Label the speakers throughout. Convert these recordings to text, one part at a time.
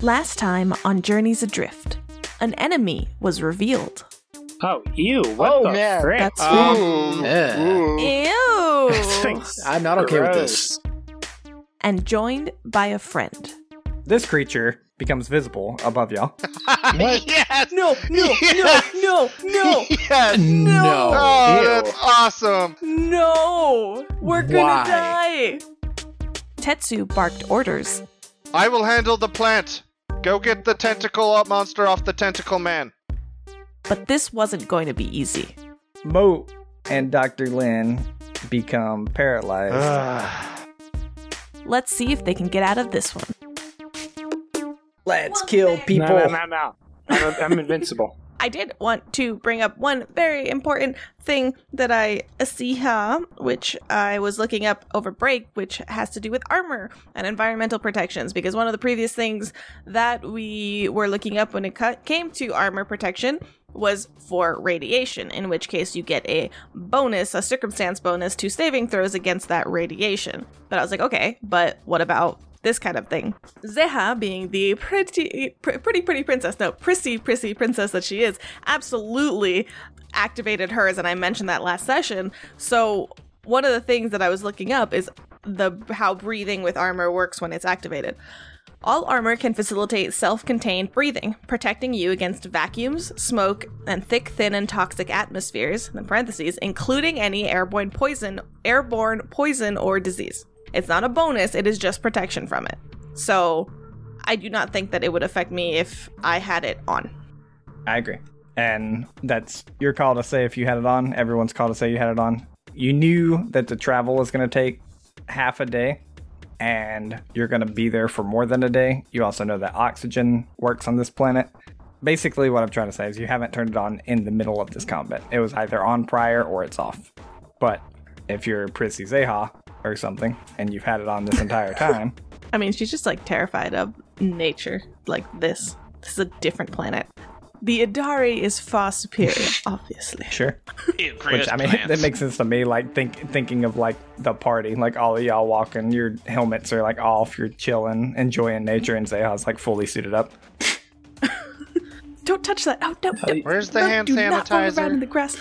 Speaker 1: Last time on Journeys Adrift, an enemy was revealed.
Speaker 2: Oh, ew. What
Speaker 3: Oh,
Speaker 2: the
Speaker 3: man.
Speaker 2: frick?
Speaker 1: That's
Speaker 2: Um,
Speaker 3: Ooh,
Speaker 4: yeah.
Speaker 3: ooh.
Speaker 1: Ew!
Speaker 2: thanks.
Speaker 4: I'm not okay with
Speaker 2: Gross.
Speaker 4: this.
Speaker 1: and joined by a friend.
Speaker 5: This creature becomes visible above y'all.
Speaker 3: yes.
Speaker 1: No, no, no,
Speaker 3: Yes.
Speaker 1: no, no,
Speaker 3: Yes.
Speaker 4: No.
Speaker 3: Oh,
Speaker 2: Ew.
Speaker 3: that's awesome.
Speaker 1: no! We're gonna
Speaker 4: Why?
Speaker 1: die! Tetsu barked orders.
Speaker 3: I will handle the plant. Go get the tentacle uh, monster off the tentacle man.
Speaker 1: But this wasn't going to be easy.
Speaker 5: Mo and Dr. Lin become paralyzed.
Speaker 6: Ah.
Speaker 1: Let's see if they can get out of this one.
Speaker 5: Let's kill people.
Speaker 2: No, no, no, no. I'm, I'm invincible.
Speaker 1: I did want to bring up one very important thing that I see here, which I was looking up over break, which has to do with armor and environmental protections. Because one of the previous things that we were looking up when it cu- came to armor protection was for radiation, in which case you get a bonus, a circumstance bonus to saving throws against that radiation. But I was like, okay, but what about this kind of thing? Zeha, being the pretty, pr- pretty, pretty princess, no, prissy, prissy princess that she is, absolutely activated hers, and I mentioned that last session. So one of the things that I was looking up is the how breathing with armor works when it's activated. All armor can facilitate self contained breathing, protecting you against vacuums, smoke, and thick, thin, and toxic atmospheres, in parentheses, including any airborne poison, airborne poison or disease. It's not a bonus, it is just protection from it. So I do not think that it would affect me if I had it on.
Speaker 5: I agree. And that's your call to say if you had it on. Everyone's call to say you had it on. You knew that the travel was going to take half a day and you're going to be there for more than a day. You also know that oxygen works on this planet. Basically, what I'm trying to say is you haven't turned it on in the middle of this combat. It was either on prior or it's off. But if you're Prissy Zeha or something and you've had it on this entire time,
Speaker 1: I mean, she's just like terrified of nature like this. This is a different planet. The Adari is far superior, obviously.
Speaker 5: sure.
Speaker 6: Ew,
Speaker 5: Which I mean, that makes sense to me. Like think thinking of like the party, like all of y'all walking, your helmets are like off, you're chilling, enjoying nature, and Zeha's like fully suited up.
Speaker 1: Don't touch that. Oh, no, no.
Speaker 3: Where's the
Speaker 1: no,
Speaker 3: hand
Speaker 1: do Not roll around in
Speaker 3: sanitizer?
Speaker 1: the grass.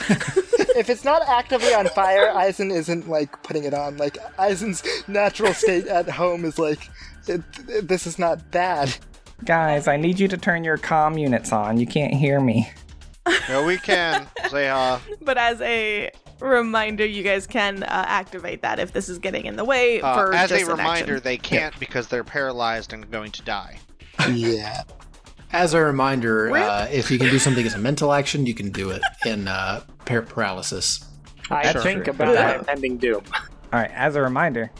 Speaker 4: If it's not
Speaker 3: actively on
Speaker 4: fire, Eisen isn't like putting it on. Like Eisen's natural state at home is like, this is not bad.
Speaker 5: Guys, I need you to turn your comm units on. You can't hear me.
Speaker 3: No, we can. uh, Zeha.
Speaker 1: but as a reminder, you guys can uh, activate that if this is getting in the way.
Speaker 3: Uh,
Speaker 1: for
Speaker 3: as
Speaker 1: just
Speaker 3: a
Speaker 1: an
Speaker 3: reminder,
Speaker 1: action.
Speaker 3: they can't because they're paralyzed and going to die.
Speaker 4: Yeah.
Speaker 6: As a reminder,
Speaker 1: Rip.
Speaker 6: uh, if you can do something as a mental action, you can do it in uh, par- paralysis.
Speaker 2: I
Speaker 6: Sure.
Speaker 2: think
Speaker 6: Sure.
Speaker 2: about my impending doom.
Speaker 5: All right. As a reminder,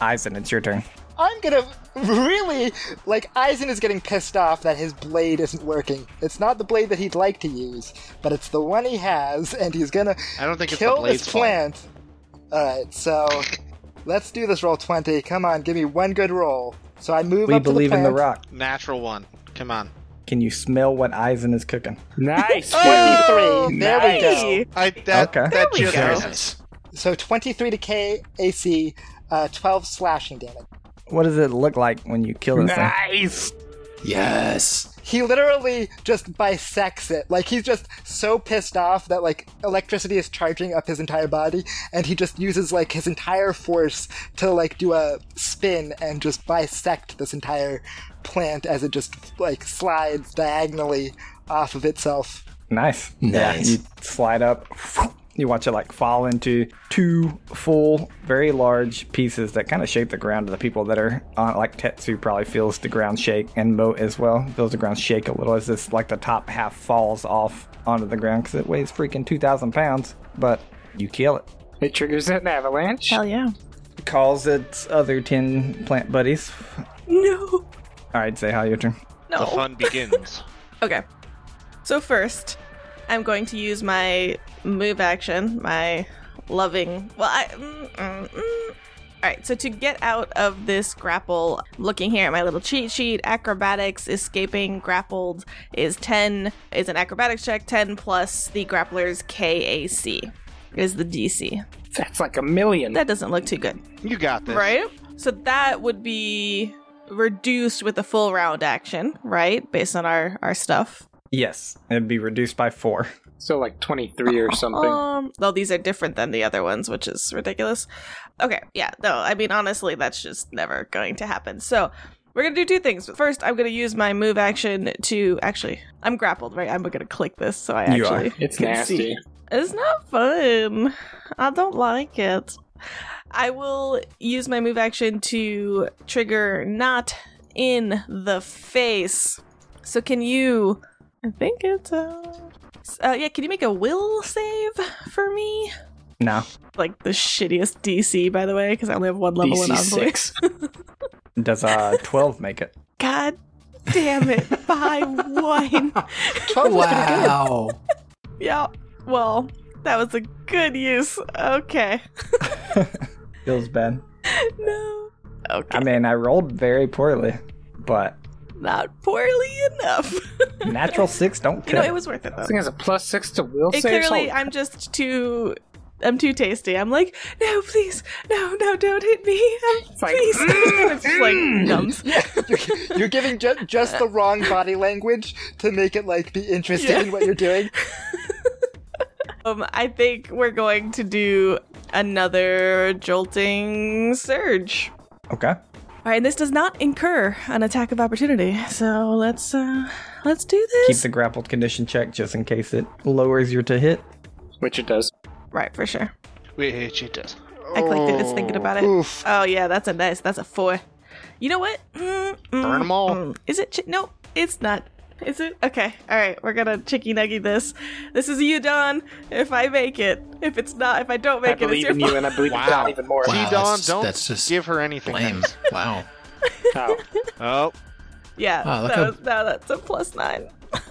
Speaker 5: Eisen, it's your turn.
Speaker 4: I'm gonna really like Eisen is getting pissed off that his blade isn't working. It's not the blade that he'd like to use, but it's the one he has, and he's gonna
Speaker 3: I don't think it's the
Speaker 4: kill
Speaker 3: blade's
Speaker 4: this
Speaker 3: fault.
Speaker 4: plant. Alright, so let's do this roll twenty. Come on, give me one good roll. So I move
Speaker 5: We
Speaker 4: up to
Speaker 5: believe
Speaker 4: the
Speaker 5: in the
Speaker 4: plant.
Speaker 5: rock.
Speaker 3: Natural one. Come on.
Speaker 5: Can you smell what Eisen is cooking?
Speaker 2: Nice.
Speaker 4: Twenty-three. there we
Speaker 1: Hey!
Speaker 4: go.
Speaker 3: I that
Speaker 5: Okay.
Speaker 3: that
Speaker 1: we
Speaker 3: just
Speaker 1: go.
Speaker 3: misses.
Speaker 4: So twenty-three to K AC, uh, twelve slashing damage.
Speaker 5: What does it look like when you kill this thing?
Speaker 2: Nice.
Speaker 6: Yes.
Speaker 4: He literally just bisects it. Like he's just so pissed off that like electricity is charging up his entire body, and he just uses like his entire force to like do a spin and just bisect this entire plant as it just like slides diagonally off of itself.
Speaker 5: Nice.
Speaker 6: Nice.
Speaker 5: you slide up. You watch it like fall into two full, very large pieces that kind of shake the ground to the people that are on. it. Like Tetsu probably feels the ground shake, and Moat as well feels the ground shake a little as this like the top half falls off onto the ground because it weighs freaking two thousand pounds. But you kill it.
Speaker 2: It triggers an avalanche.
Speaker 1: Hell yeah.
Speaker 5: Calls its other ten plant buddies.
Speaker 1: No.
Speaker 5: All right, say hi. Your turn.
Speaker 3: The
Speaker 1: No.
Speaker 3: fun begins.
Speaker 1: Okay. So first, I'm going to use my move action, my loving. Well, I. Mm, mm, mm. All right. So to get out of this grapple, looking here at my little cheat sheet, acrobatics, escaping grappled is ten is an acrobatics check, ten plus the grappler's KAC is the DC.
Speaker 2: That's like a million.
Speaker 1: That doesn't look too good.
Speaker 3: You got this.
Speaker 1: Right? So that would be reduced with the full round action, right? Based on our our stuff.
Speaker 5: Yes, it'd be reduced by four.
Speaker 2: So like 23 or something.
Speaker 1: Um, though these are different than the other ones, which is ridiculous. Okay, yeah, no, I mean honestly, that's just never going to happen. So we're gonna do two things. First, I'm gonna use my move action to actually. I'm grappled, right? I'm gonna click this, so I
Speaker 5: You are.
Speaker 1: actually.
Speaker 2: It's
Speaker 5: Can
Speaker 2: nasty.
Speaker 5: see.
Speaker 1: It's not fun. I don't like it. I will use my move action to trigger not in the face. So can you? I think it's a. Uh, yeah, can you make a will save for me?
Speaker 5: No,
Speaker 1: Like the shittiest DC, by the way, because I only have one level one
Speaker 2: DC
Speaker 1: on
Speaker 2: six.
Speaker 5: does uh twelve make it?
Speaker 1: God damn it! By one.
Speaker 6: Wow.
Speaker 1: Yeah. Well, that was a good use. Okay.
Speaker 5: Feels bad.
Speaker 1: No. Okay.
Speaker 5: I mean, I rolled very poorly, but
Speaker 1: not poorly enough.
Speaker 5: natural six don't
Speaker 1: you
Speaker 5: kill.
Speaker 1: know, it was worth it though.
Speaker 2: This thing has a plus six to will
Speaker 1: It
Speaker 2: saves?
Speaker 1: clearly,
Speaker 2: Holy-
Speaker 1: I'm just too. I'm too tasty. I'm like, no, please, no, no, don't hit me, um,
Speaker 2: like,
Speaker 1: please. and it's just like numbs.
Speaker 4: You're, you're giving ju- just the wrong body language to make it like be interested in what you're doing.
Speaker 1: Um, I think we're going to do another jolting surge.
Speaker 5: okay.
Speaker 1: All right, and this does not incur an attack of opportunity, so let's uh, let's do
Speaker 5: Keep
Speaker 1: this.
Speaker 5: the grappled condition check just in case it lowers your to hit.
Speaker 2: Which it does.
Speaker 1: right, for sure.
Speaker 3: Which it does.
Speaker 1: I clicked it. It's thinking about it.
Speaker 4: Oof.
Speaker 1: Oh yeah, that's a nice. That's a four. You know what? Mm, mm,
Speaker 3: Burn 'em all.
Speaker 1: mm. Is it? Chi- no, it's not. Is it? Okay. All right. We're gonna chicky nuggy this. This is you, Don. If I make it. If it's not. If I don't
Speaker 2: I
Speaker 1: make it, it's
Speaker 2: believe
Speaker 1: your
Speaker 2: in you
Speaker 1: fault.
Speaker 2: and I believe in
Speaker 3: Wow.
Speaker 2: Don even more.
Speaker 6: Wow,
Speaker 3: T Don,
Speaker 6: that's-
Speaker 3: don't
Speaker 6: that's just
Speaker 3: give her anything.
Speaker 6: Lame. Wow.
Speaker 2: Oh,
Speaker 3: Oh,
Speaker 1: Yeah.
Speaker 6: Wow, Ah, look
Speaker 1: that
Speaker 6: how-
Speaker 1: was, no, that's a plus nine.
Speaker 6: If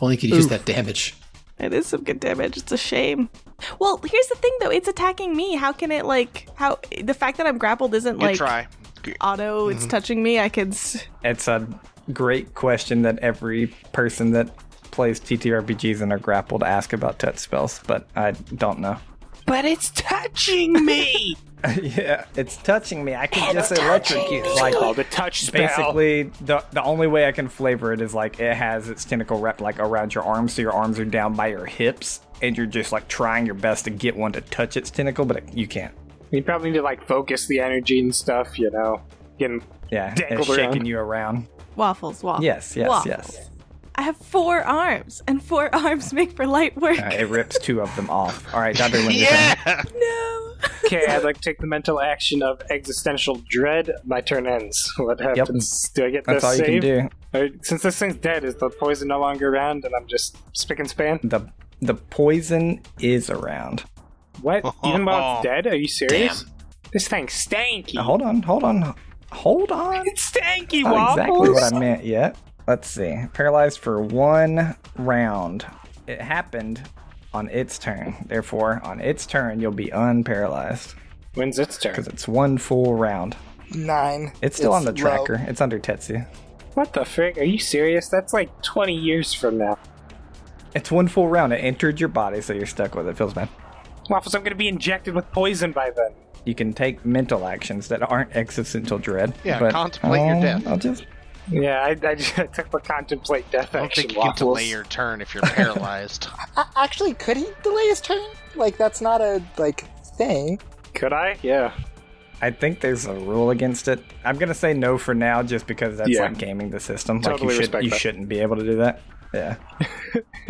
Speaker 6: only you could use that damage.
Speaker 1: It is some good damage. It's a shame. Well, here's the thing though. It's attacking me. How can it like? How the fact that I'm grappled isn't
Speaker 3: good
Speaker 1: like uh,
Speaker 3: try. G-
Speaker 1: auto.
Speaker 3: Mm-hmm.
Speaker 1: It's touching me. I can. S-
Speaker 5: It's a great question that every person that plays TTRPGs and are grappled ask about touch spells, but I don't know.
Speaker 2: but it's touching me.
Speaker 5: yeah, it's touching me. I can just electrocute. Like
Speaker 2: oh, the touch spell.
Speaker 5: basically, the the only way I can flavor it is like it has its tentacle wrapped like around your arms, so your arms are down by your hips, and you're just like trying your best to get one to touch its tentacle, but it, you can't.
Speaker 2: You probably need to like focus the energy and stuff. You know, getting
Speaker 5: Yeah,
Speaker 2: Dangled
Speaker 5: it's shaking
Speaker 2: around.
Speaker 5: you around.
Speaker 1: Waffles, waffles.
Speaker 5: Yes, yes,
Speaker 1: waffles.
Speaker 5: yes.
Speaker 1: I have four arms, and four arms make for light work.
Speaker 5: Uh, it rips two of them off. All right, Dr. Linderson.
Speaker 3: Yeah!
Speaker 1: No.
Speaker 2: Okay, I'd like to take the mental action of existential dread. My turn ends. What happens? Do I get
Speaker 5: That's
Speaker 2: this
Speaker 5: all you
Speaker 2: save?
Speaker 5: can do.
Speaker 2: Or- since this thing's dead, is the poison no longer around and I'm just spick and span?
Speaker 5: The the poison is around.
Speaker 2: What? Even while it's dead? Are you serious? This thing's stanky.
Speaker 5: Now, hold on, hold on, hold on.
Speaker 2: It's stanky,
Speaker 5: Not
Speaker 2: Waffles!
Speaker 5: exactly what I meant yet. Let's see. Paralyzed for one round. It happened on its turn. Therefore, on its turn, you'll be unparalyzed
Speaker 2: When's its turn?
Speaker 5: because it's one full round.
Speaker 4: Nine.
Speaker 5: It's still on the
Speaker 4: low.
Speaker 5: tracker. It's under Tetsu.
Speaker 2: What the frick? Are you serious? That's like 20 years from now.
Speaker 5: It's one full round. It entered your body, so you're stuck with it. Feels bad.
Speaker 2: Waffles, I'm gonna be injected with poison by then.
Speaker 5: You can take mental actions that aren't existential dread.
Speaker 3: Yeah,
Speaker 5: but,
Speaker 3: contemplate your
Speaker 5: um,
Speaker 3: death.
Speaker 5: I'll just
Speaker 2: Yeah, I, I just took the contemplate death
Speaker 3: I don't
Speaker 2: action,
Speaker 3: think you get to
Speaker 2: Waffles.
Speaker 3: delay your turn if you're paralyzed.
Speaker 4: A- actually, could he delay his turn? Like that's not a like thing.
Speaker 2: Could I? Yeah.
Speaker 5: I think there's a rule against it. I'm gonna say no for now, just because that's
Speaker 2: Yeah.
Speaker 5: like gaming the system. like
Speaker 2: Totally
Speaker 5: you, should,
Speaker 2: respect
Speaker 5: you
Speaker 2: that.
Speaker 5: shouldn't be able to do that. Yeah.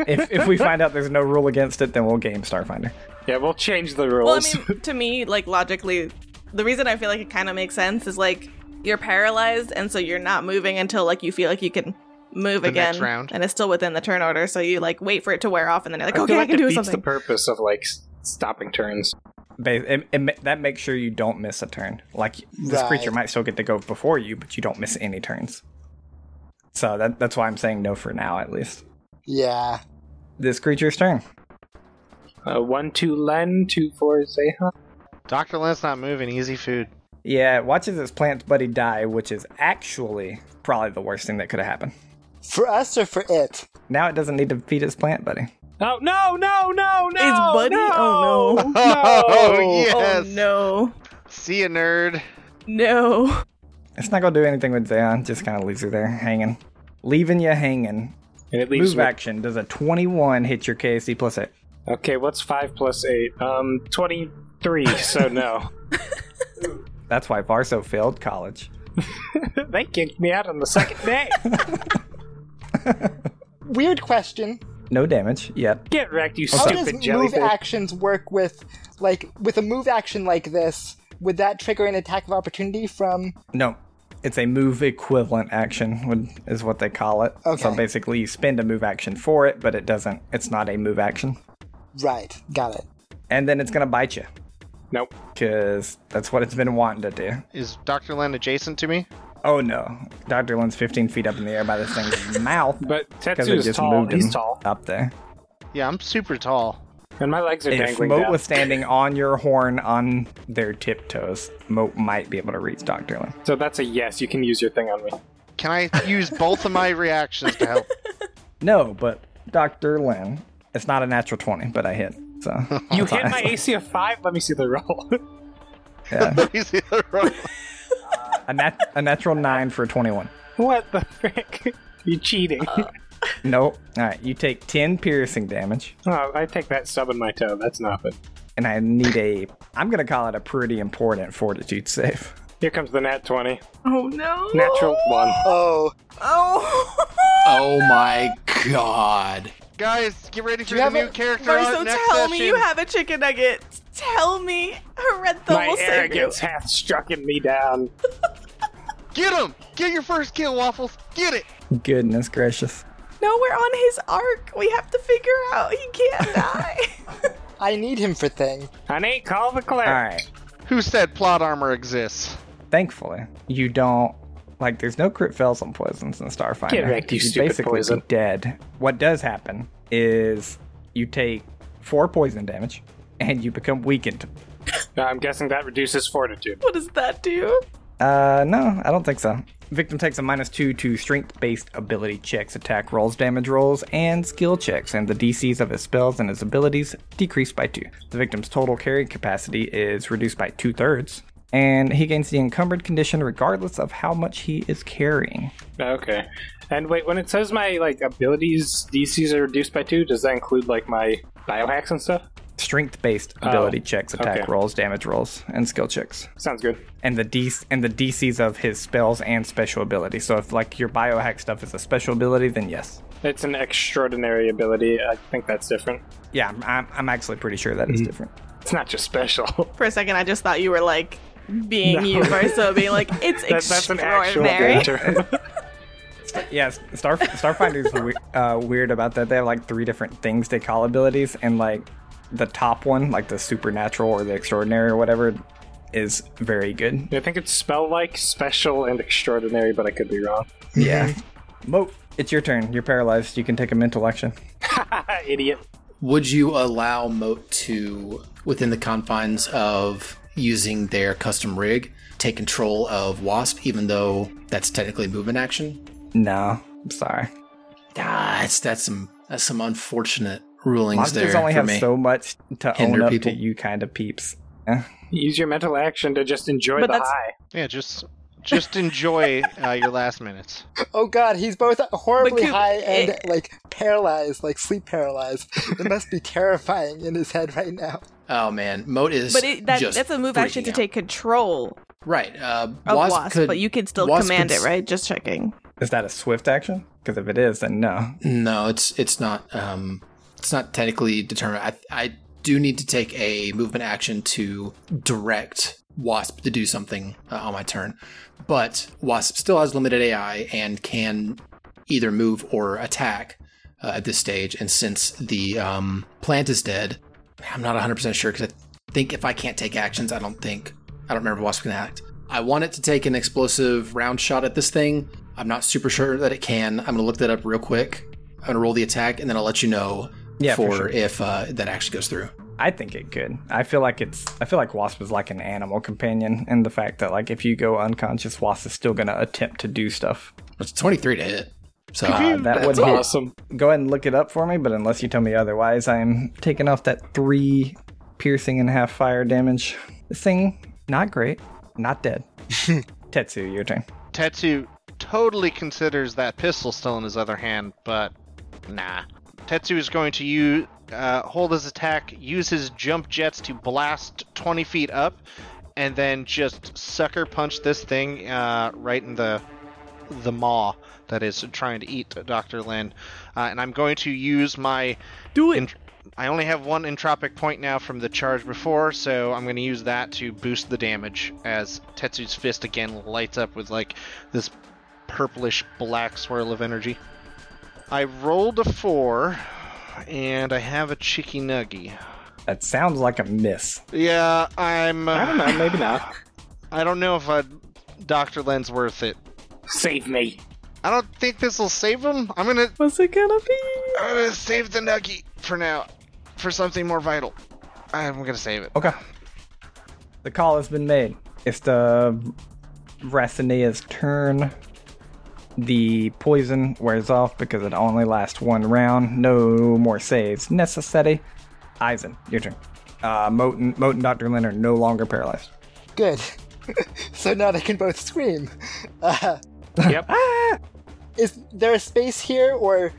Speaker 5: if, if we find out there's no rule against it, then we'll game Starfinder.
Speaker 2: Yeah, we'll change the
Speaker 1: Well, I
Speaker 2: rules.
Speaker 1: mean, to me, like logically, the reason I feel like it kind of makes sense is like you're paralyzed, and so you're not moving until like you feel like you can move
Speaker 3: The
Speaker 1: again,
Speaker 3: next round.
Speaker 1: and it's still within the turn order. So you like wait for it to wear off, and then you're like, okay, I,
Speaker 2: feel like
Speaker 1: can
Speaker 2: it
Speaker 1: do
Speaker 2: beats
Speaker 1: something.
Speaker 2: the purpose of like s- stopping turns.
Speaker 5: Ba- it- it ma- that makes sure you don't miss a turn. Like this
Speaker 4: Right.
Speaker 5: creature might still get to go before you, but you don't miss any turns. So that, that's why I'm saying no for now, at least.
Speaker 4: Yeah.
Speaker 5: This creature's turn.
Speaker 2: Uh, one, two, Len, two, four, Zeha.
Speaker 3: Dr. Len's not moving. Easy food.
Speaker 5: Yeah, it watches its plant buddy die, which is actually probably the worst thing that could have happened.
Speaker 4: For us or for it?
Speaker 5: Now it doesn't need to feed its plant buddy.
Speaker 2: Oh no, no, no, no!
Speaker 1: Is Buddy?
Speaker 2: No!
Speaker 1: Oh, no.
Speaker 3: Oh, yes.
Speaker 1: Oh no,
Speaker 3: See ya, nerd.
Speaker 1: no!
Speaker 5: It's not gonna do anything with Zeon. Just kind of leaves you there hanging, leaving you hanging.
Speaker 2: And it leaves
Speaker 5: Move
Speaker 2: with-
Speaker 5: action. Does a 21 hit your KC plus eight?
Speaker 2: Okay, what's five plus eight? Um, twenty-three. So no,
Speaker 5: That's why Varso failed college.
Speaker 2: they kicked me out on the second day.
Speaker 4: Weird question.
Speaker 5: No damage yet.
Speaker 2: Get wrecked, you
Speaker 4: How does
Speaker 2: stupid
Speaker 4: move
Speaker 2: jellyfish.
Speaker 4: actions work with, like, with a move action like this? Would that trigger an attack of opportunity from?
Speaker 5: No. It's a move equivalent action, would- is what they call it. So
Speaker 4: Okay.
Speaker 5: basically, you spend a move action for it, but it doesn't. It's not a move action.
Speaker 4: Right, got it.
Speaker 5: And then it's going to bite you,
Speaker 2: nope.
Speaker 5: because that's what it's been wanting to do.
Speaker 3: Is Dr. Len adjacent to me?
Speaker 5: Oh no. Dr. Lynn's 15 feet up in the air by this thing's mouth.
Speaker 2: But
Speaker 5: Because it
Speaker 2: Tetsu's
Speaker 5: just
Speaker 2: tall.
Speaker 5: moved him
Speaker 2: He's tall,
Speaker 5: up there.
Speaker 3: Yeah, I'm super tall.
Speaker 2: and my legs are
Speaker 5: If
Speaker 2: dangling
Speaker 5: Moat
Speaker 2: down.
Speaker 5: was standing on your horn on their tiptoes, Moat might be able to reach Dr. Lynn.
Speaker 2: So that's a yes. You can use your thing on me.
Speaker 3: Can I use both of my reactions to help?
Speaker 5: No, but Dr. Lynn, it's not a natural 20, but I hit. So
Speaker 2: You hit my AC of five. Let me see the roll.
Speaker 5: yeah.
Speaker 3: Let me see the roll.
Speaker 5: a, nat- a natural 9 for 21.
Speaker 2: what the frick? You cheating?
Speaker 5: Nope. All right, you take 10 piercing damage,
Speaker 2: oh, I take that sub in my toe. That's nothing.
Speaker 5: and I need a. I'm going to call it a pretty important fortitude save.
Speaker 2: Here comes the nat twenty.
Speaker 1: Oh no.
Speaker 2: Natural one.
Speaker 4: Oh,
Speaker 1: Oh.
Speaker 6: Oh my god.
Speaker 3: Guys, get ready for
Speaker 4: you
Speaker 3: the
Speaker 4: have
Speaker 3: new
Speaker 4: a-
Speaker 3: character
Speaker 1: Marso,
Speaker 3: art next
Speaker 1: tell
Speaker 3: session.
Speaker 1: me you have a chicken nugget. Tell me Herentha
Speaker 2: My
Speaker 1: will save you.
Speaker 2: arrogance hath strucken me down.
Speaker 3: Get him! Get your first kill, Waffles! Get it!
Speaker 5: Goodness gracious.
Speaker 1: No, we're on his arc. We have to figure out he can't die.
Speaker 4: I need him for thing.
Speaker 2: Honey, call the clerk.
Speaker 5: All right.
Speaker 3: Who said plot armor exists?
Speaker 5: Thankfully, you don't. Like, there's no crit fails on poisons in Starfinder.
Speaker 2: Get wrecked, you stupid
Speaker 5: basically
Speaker 2: poison.
Speaker 5: be dead. What does happen is you take four poison damage, and you become weakened.
Speaker 2: Now, Uh, I'm guessing that reduces fortitude.
Speaker 1: what does that do?
Speaker 5: Uh, no, I don't think so. Victim takes a minus two to strength based ability checks, attack rolls, damage rolls, and skill checks, and the DCs of his spells and his abilities decrease by two. The victim's total carrying capacity is reduced by two thirds, and he gains the encumbered condition regardless of how much he is carrying.
Speaker 2: Okay. And wait, when it says my like abilities DCs are reduced by two, does that include like my biohacks and stuff?
Speaker 5: Strength based ability
Speaker 2: Oh,
Speaker 5: checks, attack
Speaker 2: okay.
Speaker 5: rolls, damage rolls, and skill checks.
Speaker 2: Sounds good.
Speaker 5: and the D- and the DCs of his spells and special ability. So if like your biohack stuff is a special ability, then yes.
Speaker 2: It's an extraordinary ability. I think that's different.
Speaker 5: Yeah, I'm, I'm, I'm actually pretty sure that is different.
Speaker 2: It's not just special.
Speaker 1: For a second, I just thought you were like being you, Marso, being like, it's
Speaker 2: that, that's an actual
Speaker 1: extraordinary.
Speaker 2: good term.
Speaker 5: Yeah, S- Star Starfinder's we- uh, weird about that. They have like three different things they call abilities, and like the top one, like the supernatural or the extraordinary or whatever, is very good.
Speaker 2: I think it's spell like, special, and extraordinary, but I could be wrong.
Speaker 5: Yeah. Moat, it's your turn. You're paralyzed. You can take a mental action.
Speaker 2: Ah, idiot.
Speaker 6: Would you allow Moat to, within the confines of using their custom rig, take control of Wasp, even though that's technically movement action?
Speaker 5: No, I'm sorry.
Speaker 6: Ah, that's, that's some that's some unfortunate rulings
Speaker 5: Monsters
Speaker 6: there
Speaker 5: only
Speaker 6: for
Speaker 5: have
Speaker 6: me.
Speaker 5: so much to
Speaker 6: Hinder
Speaker 5: own up
Speaker 6: people.
Speaker 5: to you, kind of peeps.
Speaker 2: Use your mental action to just enjoy
Speaker 1: But
Speaker 2: the
Speaker 1: that's-
Speaker 2: high.
Speaker 3: Yeah, just just enjoy uh, your last minutes.
Speaker 4: Oh god, he's both horribly
Speaker 1: But Coop,
Speaker 4: high and
Speaker 1: it-
Speaker 4: like paralyzed, like sleep paralyzed. it must be terrifying in his head right now.
Speaker 6: oh man, Moat is.
Speaker 1: But it, that,
Speaker 6: just
Speaker 1: that's a move actually
Speaker 6: freaking
Speaker 1: to
Speaker 6: out.
Speaker 1: take control
Speaker 6: Right, uh,
Speaker 1: of Wasp,
Speaker 6: could-
Speaker 1: but you can still
Speaker 6: Wasp
Speaker 1: command
Speaker 6: could
Speaker 1: it, right? Just checking.
Speaker 5: Is that a swift action? Because if it is, then no.
Speaker 6: No, it's it's not um it's not technically determined. I I do need to take a movement action to direct Wasp to do something uh, on my turn, but Wasp still has limited AI and can either move or attack uh, at this stage. And since the um, plant is dead, I'm not 100 percent sure because I think if I can't take actions, I don't think I don't remember Wasp can act. I want it to take an explosive round shot at this thing. I'm not super sure that it can. I'm gonna look that up real quick. I'm gonna roll the attack, and then I'll let you know
Speaker 5: Yeah,
Speaker 6: for,
Speaker 5: for sure.
Speaker 6: if uh, that actually goes through.
Speaker 5: I think it could. I feel like it's. I feel like Wasp is like an animal companion, and the fact that like if you go unconscious, Wasp is still gonna attempt to do stuff.
Speaker 6: It's 23 to hit. So
Speaker 5: Uh, that would
Speaker 2: That's
Speaker 5: hit.
Speaker 2: awesome.
Speaker 5: Go ahead and look it up for me, but unless you tell me otherwise, I'm taking off that three piercing and half fire damage. This thing not great, not dead. Tetsu, your turn.
Speaker 3: Tetsu totally considers that pistol still in his other hand, but nah. Tetsu is going to use, uh, hold his attack, use his jump jets to blast 20 feet up, and then just sucker punch this thing uh, right in the the maw that is trying to eat Dr. Lin. Uh, and I'm going to use my. Do it! I only have one entropic point now from the charge before, so I'm going to use that to boost the damage as Tetsu's fist again lights up with like this purplish black swirl of energy. I rolled a four, and I have a cheeky nuggy.
Speaker 5: That sounds like a miss.
Speaker 3: Yeah, I'm.
Speaker 2: I don't
Speaker 3: Uh,
Speaker 2: know, maybe not.
Speaker 3: I don't know if i Dr. Len's worth it.
Speaker 2: Save me.
Speaker 3: I don't think this will save him. I'm gonna
Speaker 1: What's it gonna be?
Speaker 3: I'm gonna save the nuggy for now, for something more vital. I'm gonna save it.
Speaker 5: Okay. The call has been made. It's the Racinea's turn. The poison wears off because it only lasts one round. No more saves necessary. Eisen, your turn. Uh, Moat and, Moat and Dr. Lin are no longer paralyzed.
Speaker 4: Good. so now they can both scream. Uh,
Speaker 2: Yep.
Speaker 4: is there a space here, or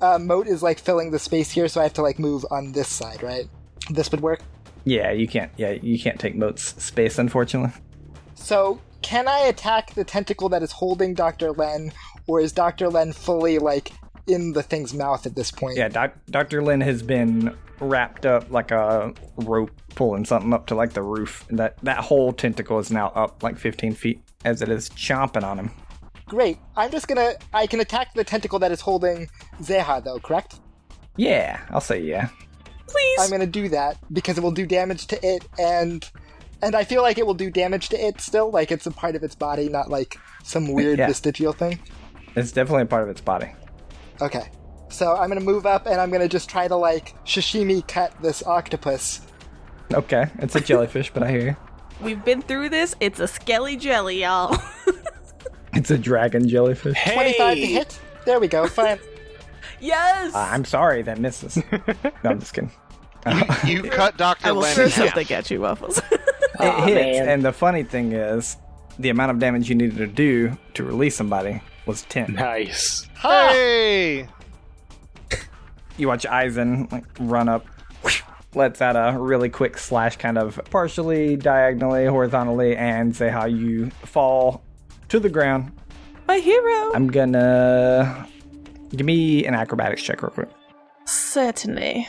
Speaker 4: uh, Moat is like filling the space here, so I have to like move on this side, right? This would work.
Speaker 5: Yeah, you can't. Yeah, you can't take Moat's space, unfortunately.
Speaker 4: So can I attack the tentacle that is holding Dr. Len, or is Dr. Len fully like in the thing's mouth at this point?
Speaker 5: Yeah, doc, Dr. Lin has been wrapped up like a rope pulling something up to like the roof. And that that whole tentacle is now up like 15 feet as it is chomping on him.
Speaker 4: Great. I'm just gonna. I can attack the tentacle that is holding Zeha, though, correct?
Speaker 5: Yeah, I'll say yeah.
Speaker 1: Please.
Speaker 4: I'm gonna do that because it will do damage to it, and and I feel like it will do damage to it still. Like it's a part of its body, not like some weird
Speaker 5: Yeah.
Speaker 4: vestigial thing.
Speaker 5: It's definitely a part of its body.
Speaker 4: Okay. So I'm gonna move up, and I'm gonna just try to like sashimi cut this octopus.
Speaker 5: Okay, it's a jellyfish, but I hear you.
Speaker 1: We've been through this. It's a skelly jelly, y'all.
Speaker 5: It's a dragon jellyfish.
Speaker 4: Twenty-five to hit. There we go. Fine.
Speaker 1: yes.
Speaker 5: Uh, I'm sorry that misses. no, I'm just kidding.
Speaker 3: You cut Dr.
Speaker 1: I will
Speaker 3: Len
Speaker 1: throw
Speaker 3: in half.
Speaker 1: something at you, waffles.
Speaker 5: it hits,
Speaker 2: man.
Speaker 5: and the funny thing is, the amount of damage you needed to do to release somebody was 10.
Speaker 2: Nice.
Speaker 3: Hey!
Speaker 5: you watch Eisen like run up, lets out a really quick slash, kind of partially diagonally, horizontally, and say how you fall to the ground.
Speaker 1: My hero.
Speaker 5: I'm gonna give me an acrobatics check real quick.
Speaker 1: Certainly.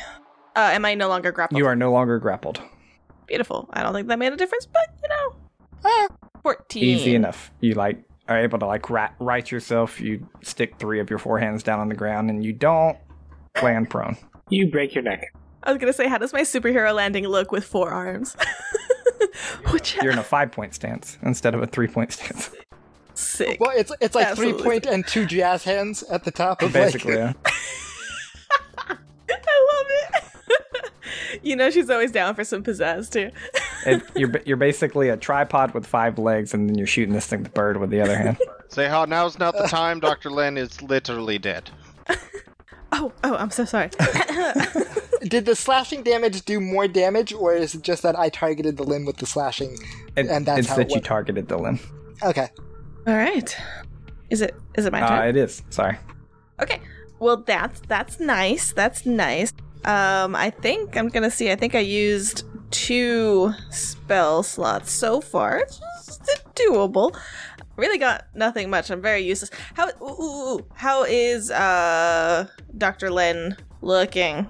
Speaker 1: Uh, am I no longer grappled?
Speaker 5: You are no longer grappled.
Speaker 1: beautiful. I don't think that made a difference, but you know, Ah, fourteen.
Speaker 5: Easy enough. You like are able to like rat, right yourself. You stick three of your forehands down on the ground, and you don't land prone.
Speaker 2: You break your neck.
Speaker 1: I was gonna say, how does my superhero landing look with four arms? Which
Speaker 5: You're in a five point stance instead of a three point stance.
Speaker 1: sick.
Speaker 4: Well, it's it's like
Speaker 1: Absolutely.
Speaker 4: three point and two jazz hands at the top of
Speaker 5: Basically,
Speaker 4: like.
Speaker 5: yeah.
Speaker 1: I love it. you know, she's always down for some pizzazz too.
Speaker 5: It, you're ba- you're basically a tripod with five legs, and then you're shooting this thing the bird with the other hand.
Speaker 3: Say how now's not the time. Dr. Len is literally dead.
Speaker 1: Oh, oh, I'm so sorry.
Speaker 4: Did the slashing damage do more damage, or is it just that I targeted the limb with the slashing,
Speaker 5: It-
Speaker 4: and that's
Speaker 5: it's
Speaker 4: how
Speaker 5: that
Speaker 4: it
Speaker 5: you
Speaker 4: went?
Speaker 5: targeted the limb.
Speaker 4: okay.
Speaker 1: All right. Is it? Is it my turn?
Speaker 5: Uh, it is. Sorry.
Speaker 1: Okay. Well, that's that's nice. That's nice. Um, I think I'm gonna see. I think I used two spell slots so far. It's just doable. Really got nothing much. I'm very useless. How ooh, ooh, ooh. how is uh Dr. Lin looking?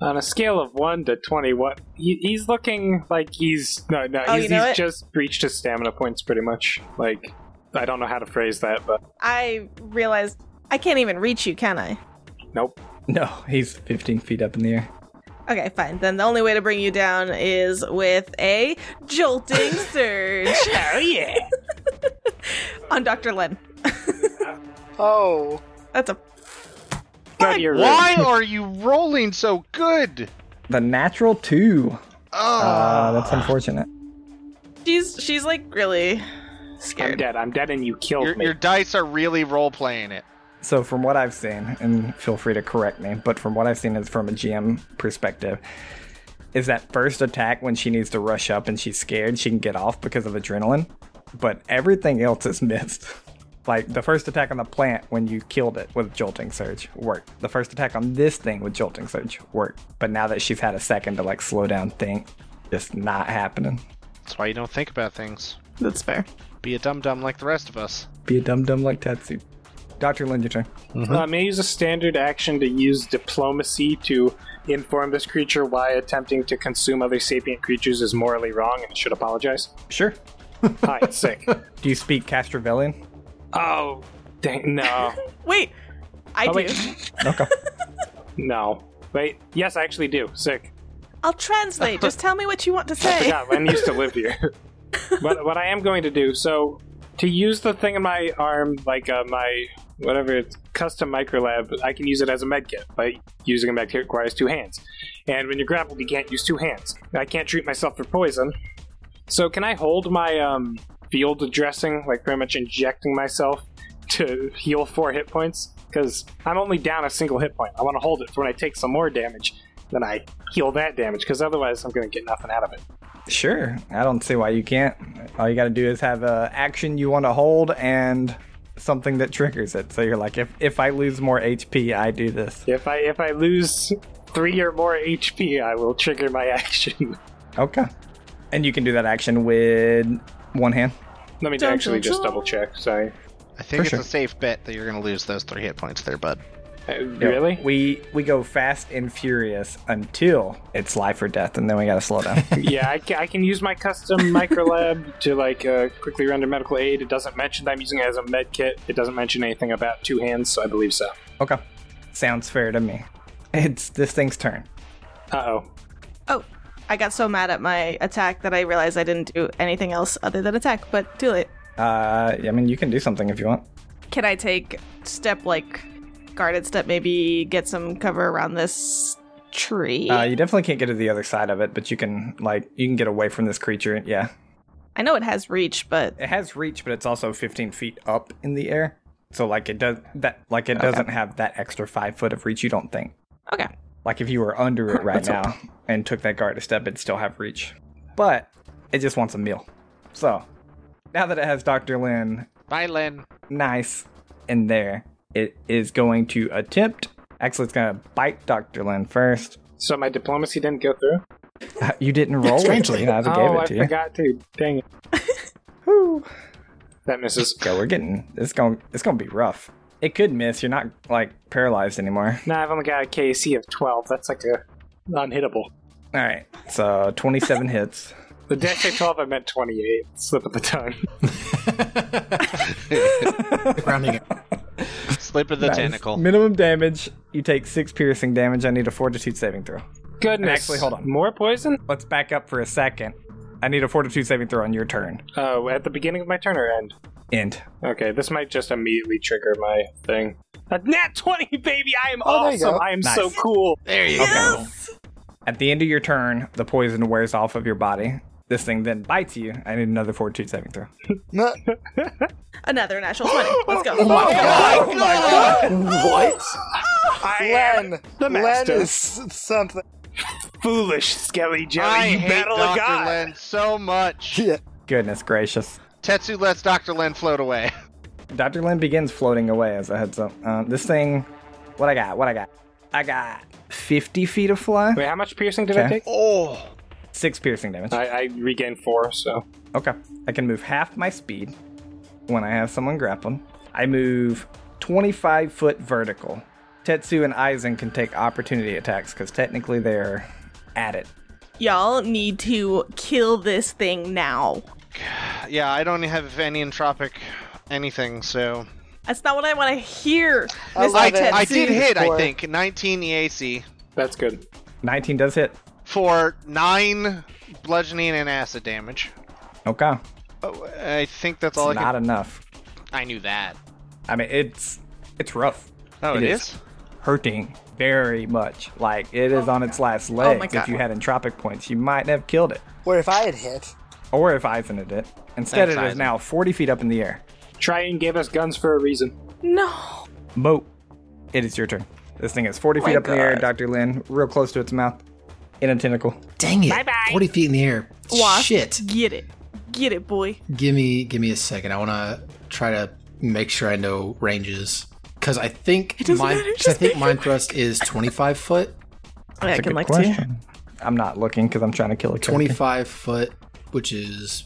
Speaker 2: On a scale of 1 to 20, what? He, he's looking like he's. No, no,
Speaker 1: Oh,
Speaker 2: he's,
Speaker 1: you know
Speaker 2: he's
Speaker 1: it?
Speaker 2: just reached his stamina points pretty much. Like, I don't know how to phrase that, but
Speaker 1: I realized I can't even reach you, can I?
Speaker 2: nope.
Speaker 5: No, he's 15 feet up in the air.
Speaker 1: Okay, fine. Then the only way to bring you down is with a jolting surge. oh yeah. On Dr. Lin.
Speaker 4: Oh,
Speaker 1: That's a
Speaker 2: Go to your room.
Speaker 3: Why are you rolling so good?
Speaker 5: The natural two.
Speaker 3: Oh,
Speaker 4: Ah.
Speaker 5: Uh, that's unfortunate.
Speaker 1: she's she's like really
Speaker 2: I'm
Speaker 1: scared.
Speaker 2: dead. I'm dead and you killed
Speaker 3: your,
Speaker 2: me.
Speaker 3: your dice are really role playing it.
Speaker 5: So, from what I've seen, and feel free to correct me, but from what I've seen is from a GM perspective, is that first attack when she needs to rush up and she's scared, she can get off because of adrenaline. but everything else is missed. Like the first attack on the plant when you killed it with jolting surge worked. The first attack on this thing with jolting surge worked. But now that she's had a second to like slow down, think, just not happening.
Speaker 3: That's why you don't think about things.
Speaker 1: That's fair.
Speaker 3: Be a dum dum like the rest of us.
Speaker 5: Be a dum dum like Tetsu. Doctor Lin, your turn.
Speaker 2: Uh, may I use a standard action to use diplomacy to inform this creature why attempting to consume other sapient creatures is morally wrong and should apologize?
Speaker 5: Sure.
Speaker 2: Hi, it's sick.
Speaker 5: Do you speak Castrovillian?
Speaker 2: Oh, dang, no.
Speaker 1: Wait, I
Speaker 2: Oh,
Speaker 1: do.
Speaker 2: wait.
Speaker 5: Okay.
Speaker 2: No. Wait, yes, I actually do. Sick.
Speaker 1: I'll translate. Just tell me what you want to say.
Speaker 2: Yeah, Len used to live here. but what I am going to do, so to use the thing in my arm, like uh, my whatever it's custom microlab, I can use it as a med kit. By using a med kit requires two hands, and when you're grappled, you can't use two hands. I can't treat myself for poison, so can I hold my um, field dressing, like pretty much injecting myself to heal four hit points? Because I'm only down a single hit point. I want to hold it for when I take some more damage. Then I heal that damage, because otherwise I'm going to get nothing out of it.
Speaker 5: Sure. I don't see why you can't. All you got to do is have a action you want to hold and something that triggers it. So you're like, if if I lose more HP, I do this.
Speaker 2: If I if I lose three or more HP, I will trigger my action.
Speaker 5: Okay. And you can do that action with one hand.
Speaker 2: Let me
Speaker 1: Dun,
Speaker 2: actually
Speaker 1: dun,
Speaker 2: just
Speaker 1: dun.
Speaker 2: double check. Sorry.
Speaker 3: I think it's
Speaker 5: sure.
Speaker 3: a safe bet that you're going to lose those three hit points there, bud.
Speaker 2: Uh, Really?
Speaker 5: We we go fast and furious until it's life or death, and then we got to slow down.
Speaker 2: yeah, I can, I can use my custom microlab to like uh, quickly render medical aid. It doesn't mention that I'm using it as a med kit. It doesn't mention anything about two hands, so I believe so.
Speaker 5: okay. Sounds fair to me. It's this thing's turn.
Speaker 2: Uh oh.
Speaker 1: Oh, I got so mad at my attack that I realized I didn't do anything else other than attack, but too late.
Speaker 5: Uh, I mean, you can do something if you want.
Speaker 1: Can I take step like guarded step, maybe get some cover around this tree?
Speaker 5: Uh, you definitely can't get to the other side of it, but you can like you can get away from this creature. Yeah,
Speaker 1: I know it has reach, but
Speaker 5: it has reach, but it's also 15 feet up in the air. So like it does that like it doesn't have that extra five foot of reach. You don't think
Speaker 1: okay.
Speaker 5: like if you were under it right now and took that guard a step, it'd still have reach. But it just wants a meal. So now that it has Doctor Lin
Speaker 3: Bye, Len.
Speaker 5: nice in there, it is going to attempt. Actually, it's going to bite Doctor Lin first.
Speaker 2: So my diplomacy didn't go through.
Speaker 5: You didn't roll.
Speaker 6: Strangely.
Speaker 5: it. You know, I just
Speaker 2: oh,
Speaker 5: gave
Speaker 2: I
Speaker 5: it to you.
Speaker 2: forgot to. Dang it. That misses.
Speaker 5: Yeah, we're getting it's going it's going to be rough. It could miss. You're not like paralyzed anymore.
Speaker 2: Now I've only got a KC of twelve. That's like a unhittable.
Speaker 5: All right. So 27 hits.
Speaker 2: The day I say twelve, I meant twenty-eight. Slip of the tongue.
Speaker 6: Rounding it.
Speaker 3: Slip of the
Speaker 5: Nice.
Speaker 3: tentacle.
Speaker 5: Minimum damage. You take 6 piercing damage. I need a fortitude saving throw.
Speaker 2: Goodness.
Speaker 5: Actually, hold on.
Speaker 2: More poison?
Speaker 5: Let's back up for a second. I need a fortitude saving throw on your turn.
Speaker 2: Oh, at the beginning of my turn or end?
Speaker 5: End.
Speaker 2: Okay, this might just immediately trigger my thing. A nat 20, baby! I am
Speaker 4: Oh, there you
Speaker 2: awesome!
Speaker 4: go.
Speaker 2: I am
Speaker 5: Nice.
Speaker 2: so cool!
Speaker 6: There you go.
Speaker 5: At the end of your turn, the poison wears off of your body. This thing then bites you. I need another fortitude saving throw.
Speaker 4: No,
Speaker 1: Another natural 20. Let's go.
Speaker 2: Oh
Speaker 6: What?
Speaker 2: I am
Speaker 4: Len,
Speaker 2: the
Speaker 4: Len
Speaker 2: master.
Speaker 4: is something.
Speaker 2: foolish, Skelly Jelly.
Speaker 3: I
Speaker 2: you
Speaker 3: hate
Speaker 2: battle a
Speaker 3: Dr.
Speaker 2: god!
Speaker 3: Len so much.
Speaker 4: Yeah.
Speaker 5: Goodness gracious.
Speaker 3: Tetsu lets Dr. Len float away.
Speaker 5: Dr. Lin begins floating away as a heads up. Uh, this thing, what I got, what I got. I got 50 feet of fly,
Speaker 2: Wait, how much piercing did I
Speaker 5: Okay.
Speaker 2: take?
Speaker 3: Oh.
Speaker 5: six piercing damage.
Speaker 2: I, I regained four, so.
Speaker 5: Okay. I can move half my speed when I have someone grappling. I move 25 foot vertical. Tetsu and Aizen can take opportunity attacks because technically they're at it.
Speaker 1: Y'all need to kill this thing now.
Speaker 3: Yeah, I don't have any entropic anything, so.
Speaker 1: That's not what I want to hear.
Speaker 4: I
Speaker 1: Mr.
Speaker 4: love
Speaker 3: I,
Speaker 4: it.
Speaker 3: I
Speaker 1: Tetsu.
Speaker 3: did hit, I
Speaker 4: Four.
Speaker 3: think. E 19 EAC
Speaker 2: That's good.
Speaker 5: 19 does hit.
Speaker 3: for 9 bludgeoning and acid damage.
Speaker 5: Okay.
Speaker 3: Oh, I think that's all I
Speaker 5: Not
Speaker 3: can.
Speaker 5: enough.
Speaker 3: I knew that.
Speaker 5: I mean, it's it's rough.
Speaker 3: Oh,
Speaker 5: It is. Hurting very much. Like, it is on its last legs. if
Speaker 3: Oh God.
Speaker 5: you had entropic points, you might have killed it.
Speaker 4: Or if I had hit,
Speaker 5: Or if Aizen had it. Instead,
Speaker 3: Thanks,
Speaker 5: it is
Speaker 3: Aizen.
Speaker 5: now 40 feet up in the air.
Speaker 2: Try and give us guns for a reason.
Speaker 1: No.
Speaker 5: Moat, it is your turn. This thing is 40 feet
Speaker 1: Oh my
Speaker 5: up in the air,
Speaker 1: God.
Speaker 5: Dr. Lin, real close to its mouth, in a tentacle.
Speaker 6: Dang it. 40 feet in the air.
Speaker 1: Wasp,
Speaker 6: Shit.
Speaker 1: Get it. Get it, boy.
Speaker 6: Give me give me a second. I want to try to make sure I know ranges because I think
Speaker 1: It doesn't
Speaker 6: mine,
Speaker 1: matter,
Speaker 6: 'cause I
Speaker 1: just
Speaker 6: think
Speaker 1: make
Speaker 6: mine thrust is 25 foot.
Speaker 1: I
Speaker 5: That's a
Speaker 1: can
Speaker 5: good
Speaker 1: like to.
Speaker 5: question. I'm not looking because I'm trying to kill a character.
Speaker 6: 25 foot, which is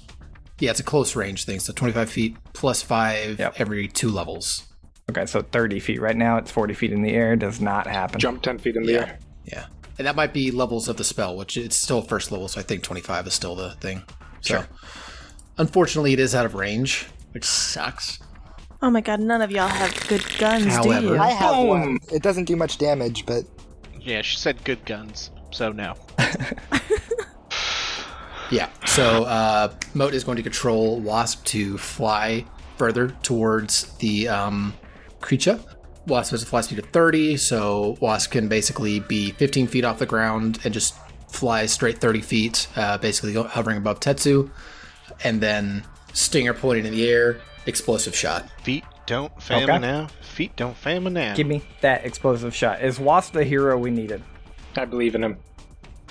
Speaker 6: yeah, it's a close range thing. So 25 feet plus five
Speaker 5: Yep.
Speaker 6: every two levels.
Speaker 5: Okay, so 30 feet right now. It's 40 feet in the air. Does not happen.
Speaker 2: Jump 10 feet in the
Speaker 6: Yeah.
Speaker 2: air.
Speaker 6: Yeah, and that might be levels of the spell, which it's still first level. So I think 25 is still the thing. So unfortunately, it is out of range, which sucks.
Speaker 1: Oh my god, none of y'all have good guns, do
Speaker 6: However-
Speaker 1: you?
Speaker 4: I have
Speaker 5: Boom.
Speaker 4: one. It doesn't do much damage, but
Speaker 3: Yeah, she said good guns, so no.
Speaker 6: Yeah. So uh, Moat is going to control Wasp to fly further towards the um, creature. Wasp has a fly speed of 30, so Wasp can basically be 15 feet off the ground and just fly straight 30 feet, uh, basically go- hovering above Tetsu. And then Stinger pointing in the air, explosive shot.
Speaker 3: Feet don't fail
Speaker 5: Okay.
Speaker 3: me now. Feet don't fail me now.
Speaker 5: Give me that explosive shot. Is Wasp the hero we needed?
Speaker 2: I believe in him.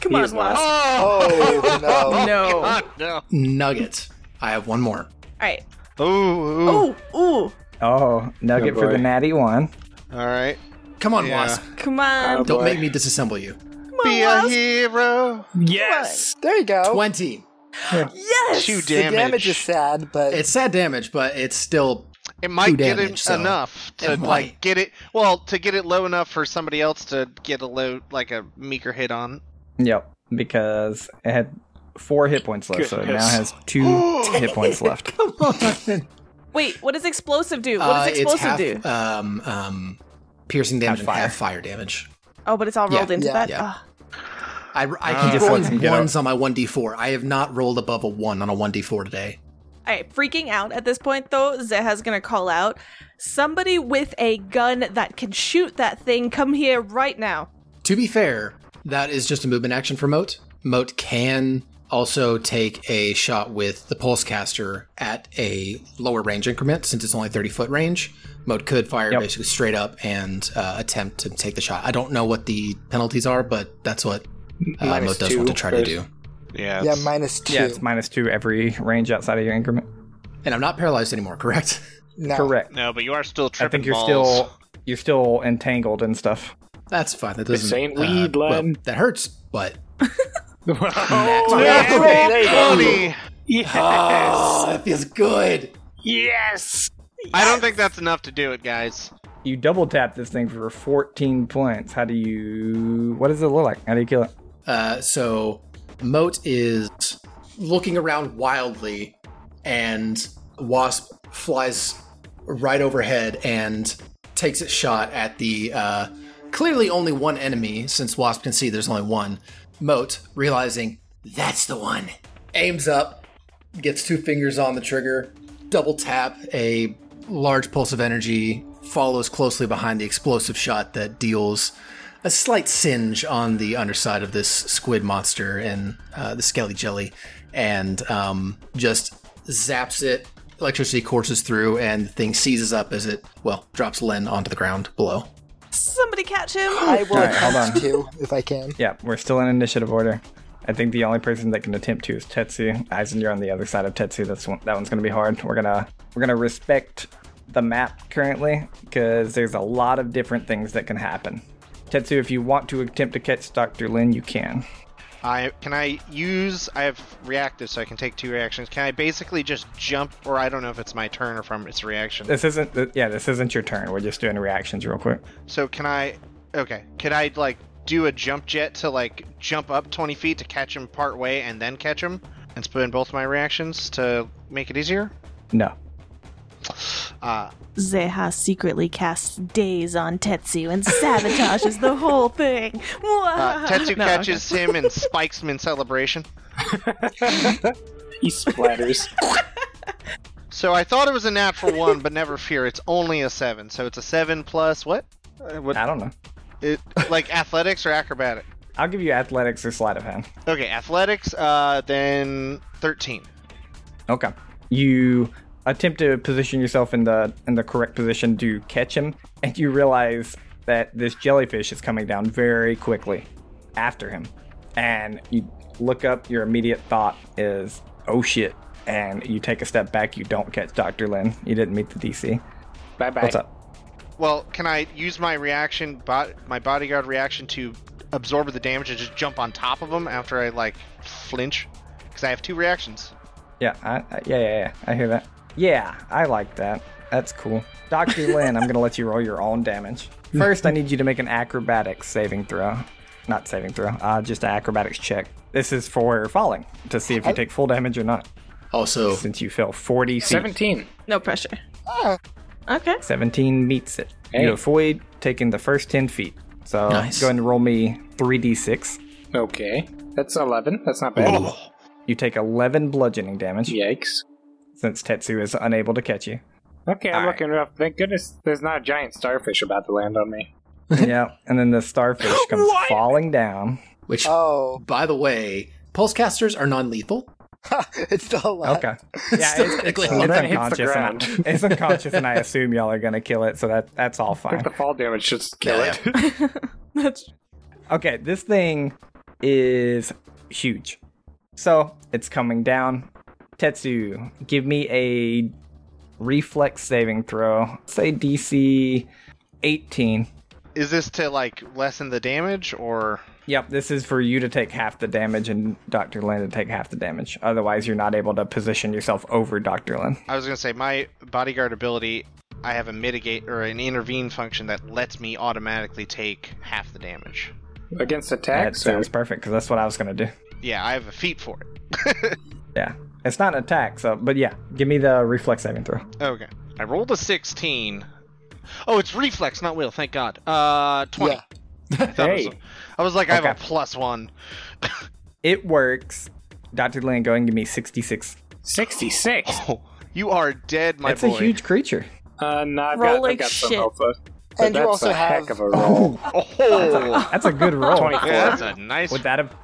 Speaker 1: Come on,
Speaker 2: is not.
Speaker 1: Wasp.
Speaker 4: oh no.
Speaker 1: No.
Speaker 3: God, no.
Speaker 6: Nugget. I have one more.
Speaker 1: Alright.
Speaker 3: Ooh, ooh.
Speaker 1: Ooh, ooh.
Speaker 5: Oh, nugget
Speaker 2: Oh,
Speaker 5: for the
Speaker 2: boy.
Speaker 5: natty one.
Speaker 3: All right.
Speaker 6: Come on,
Speaker 3: Yeah.
Speaker 6: Wasp.
Speaker 1: Come on.
Speaker 6: Don't
Speaker 2: boy.
Speaker 6: make me disassemble you.
Speaker 1: Come on,
Speaker 3: Be a
Speaker 1: Wasp.
Speaker 3: hero.
Speaker 2: Yes!
Speaker 4: There you go.
Speaker 6: 20.
Speaker 1: Yes.
Speaker 3: Two
Speaker 4: the
Speaker 3: damage.
Speaker 4: damage. is sad, but
Speaker 6: It's sad damage, but it's still
Speaker 3: it might get
Speaker 6: damage,
Speaker 3: him
Speaker 6: so-
Speaker 3: enough to
Speaker 6: It might.
Speaker 3: like get it. Well, to get it low enough for somebody else to get a low, like a meager hit on.
Speaker 5: Yep, because it had four hit points left, so it now
Speaker 2: Goodness.
Speaker 5: has two hit points left.
Speaker 1: Wait, what does explosive do? What
Speaker 6: Uh,
Speaker 1: does
Speaker 6: it's
Speaker 1: explosive
Speaker 6: half,
Speaker 1: do?
Speaker 6: Um, um, piercing damage and
Speaker 5: fire.
Speaker 6: half fire damage.
Speaker 1: Oh, but it's all rolled
Speaker 6: yeah,
Speaker 1: into
Speaker 4: yeah,
Speaker 1: that.
Speaker 6: yeah.
Speaker 1: Ah.
Speaker 6: I, I
Speaker 3: Ah.
Speaker 6: keep
Speaker 3: Just
Speaker 5: lets
Speaker 6: rolling
Speaker 5: him get
Speaker 6: ones on my 1d4. I have not rolled above a 1 on a 1d4 today.
Speaker 1: All right, freaking out at this point though, Zeha's gonna call out, "Somebody with a gun that can shoot that thing, come here right now!"
Speaker 6: To be fair, that is just a movement action for Moat. Moat can also take a shot with the pulse caster at a lower range increment since it's only 30 foot range. Moat could fire
Speaker 5: Yep.
Speaker 6: basically straight up and uh, attempt to take the shot. I don't know what the penalties are, but that's what uh,
Speaker 2: Minus
Speaker 6: Moat does
Speaker 2: two
Speaker 6: want to try to
Speaker 2: for-
Speaker 6: do.
Speaker 3: Yeah.
Speaker 4: yeah,
Speaker 3: it's-
Speaker 4: minus two.
Speaker 5: Yeah, it's minus two every range outside of your increment.
Speaker 6: And I'm not paralyzed anymore, correct?
Speaker 4: no.
Speaker 5: Correct.
Speaker 3: no, but you are still
Speaker 5: I
Speaker 3: tripping
Speaker 5: think you're
Speaker 3: balls.
Speaker 5: still you're still entangled and stuff.
Speaker 6: That's fine. That doesn't. uh,
Speaker 2: ain't weed,
Speaker 6: well,
Speaker 2: Len.
Speaker 6: that hurts, but
Speaker 2: Oh,
Speaker 3: Yeah,
Speaker 4: There you go.
Speaker 3: buddy.
Speaker 2: yes!
Speaker 6: that feels good.
Speaker 2: Yes!
Speaker 3: I don't think that's enough to do it, guys.
Speaker 5: You double tap this thing for 14 points. How do you? What does it look like? How do you kill it?
Speaker 6: Uh, so Moat is looking around wildly, and Wasp flies right overhead and takes its shot at the uh, clearly only one enemy, since Wasp can see there's only one. Moat, realizing that's the one, aims up, gets two fingers on the trigger, double tap a large pulse of energy, follows closely behind the explosive shot that deals a slight singe on the underside of this squid monster and uh, the skelly jelly, and um, just zaps it. Electricity courses through, and the thing seizes up as it well drops Len onto the ground below.
Speaker 1: Somebody catch him!
Speaker 4: I will
Speaker 5: Alright, hold
Speaker 4: attempt to if I can.
Speaker 5: Yeah, we're still in initiative order. I think the only person that can attempt to is Tetsu. Aizen, you're on the other side of Tetsu. That's one, that one's gonna be hard. We're gonna we're gonna respect the map currently because there's a lot of different things that can happen. Tetsu, if you want to attempt to catch Doctor Lin, you can.
Speaker 3: I can I use I have reactive, so I can take two reactions. Can I basically just jump, or I don't know if it's my turn or from its reaction.
Speaker 5: This isn't th- yeah, this isn't your turn. We're just doing reactions real quick.
Speaker 3: So can I? Okay, can I like do a jump jet to like jump up 20 feet to catch him part way and then catch him and split in both my reactions to make it easier?
Speaker 5: No,
Speaker 3: Uh,
Speaker 1: Zeha secretly casts days on Tetsu and sabotages the whole thing.
Speaker 3: uh, Tetsu
Speaker 1: No,
Speaker 3: catches him and spikes him in celebration.
Speaker 2: He splatters.
Speaker 3: So I thought it was a nat for one, but never fear, it's only a seven. So it's a seven plus what? Uh, what
Speaker 5: I don't know.
Speaker 3: it, like athletics or acrobatic?
Speaker 5: I'll give you athletics or sleight of hand.
Speaker 3: Okay, athletics. Uh, then thirteen.
Speaker 5: Okay. You attempt to position yourself in the in the correct position to catch him, and you realize that this jellyfish is coming down very quickly after him. And you look up, your immediate thought is, "Oh shit, and you take a step back, you don't catch Dr. Lin. You didn't meet the DC.
Speaker 2: Bye bye.
Speaker 5: What's up?
Speaker 3: Well, can I use my reaction, bot, my bodyguard reaction, to absorb the damage and just jump on top of him after I like flinch? Because I have two reactions.
Speaker 5: Yeah, I, I, yeah, yeah, yeah. I hear that. Yeah, I like that. That's cool. Dr. Lin, I'm going to let you roll your own damage. First, I need you to make an acrobatics saving throw. Not saving throw, uh, just an acrobatics check. This is for falling to see if you take full damage or not,
Speaker 6: Also,
Speaker 5: since you fell 40 feet.
Speaker 2: 17.
Speaker 1: No pressure.
Speaker 3: Ah.
Speaker 4: Oh,
Speaker 1: Okay.
Speaker 5: 17 meets it.
Speaker 2: Hey.
Speaker 5: You avoid taking the first 10 feet. So
Speaker 6: Nice.
Speaker 5: go ahead and roll me 3d6.
Speaker 2: Okay. That's 11. That's not bad.
Speaker 5: You take 11 bludgeoning damage
Speaker 2: Yikes.
Speaker 5: since Tetsu is unable to catch you.
Speaker 2: Okay, I'm
Speaker 5: All right.
Speaker 2: looking rough. Thank goodness there's not a giant starfish about to land on me.
Speaker 5: yeah, and then the starfish comes falling down.
Speaker 6: which,
Speaker 4: oh,
Speaker 6: by the way, pulsecasters are non-lethal.
Speaker 4: it's still alive.
Speaker 5: Okay. Yeah,
Speaker 6: Still
Speaker 5: it's,
Speaker 6: technically
Speaker 5: it's
Speaker 2: that hits the
Speaker 5: unconscious. And
Speaker 2: ground.
Speaker 5: it's unconscious, and I assume y'all are gonna kill it, so that that's all
Speaker 2: I think
Speaker 5: fine.
Speaker 2: the fall damage should kill
Speaker 6: Yeah,
Speaker 2: it.
Speaker 1: That's
Speaker 5: Okay, this thing is huge. So it's coming down. Tetsu, give me a reflex saving throw. Say DC 18.
Speaker 3: Is this to like lessen the damage, or
Speaker 5: Yep, this is for you to take half the damage and Dr. Lin to take half the damage. Otherwise, you're not able to position yourself over Dr. Lin.
Speaker 3: I was gonna say my bodyguard ability, I have a mitigate or an intervene function that lets me automatically take half the damage.
Speaker 2: Against
Speaker 5: That
Speaker 2: attacks? or-
Speaker 5: sounds perfect because that's what I was going to do.
Speaker 3: Yeah, I have a feat for it.
Speaker 5: Yeah. It's not an attack, so but yeah, give me the reflex saving throw.
Speaker 3: okay, I rolled a sixteen. Oh, it's reflex, not will. Thank God. Uh, twenty.
Speaker 4: Yeah.
Speaker 3: I, thought it was-
Speaker 2: Hey.
Speaker 3: I was like, I have a
Speaker 5: Okay.
Speaker 3: plus one.
Speaker 5: It works. Dr. Lin, go and give me 66.
Speaker 2: 66.
Speaker 3: Oh, you are dead, my
Speaker 5: That's
Speaker 3: boy.
Speaker 5: a huge creature.
Speaker 2: Uh, no, I've
Speaker 1: Roll
Speaker 2: got,
Speaker 1: like
Speaker 2: I've got some
Speaker 1: shit.
Speaker 2: health left. But
Speaker 4: And you
Speaker 2: that's
Speaker 4: also
Speaker 2: a
Speaker 4: have-
Speaker 2: heck of a roll.
Speaker 3: Oh,
Speaker 5: That's a good roll.
Speaker 2: 24.
Speaker 3: yeah, that's a nice.
Speaker 5: Would that have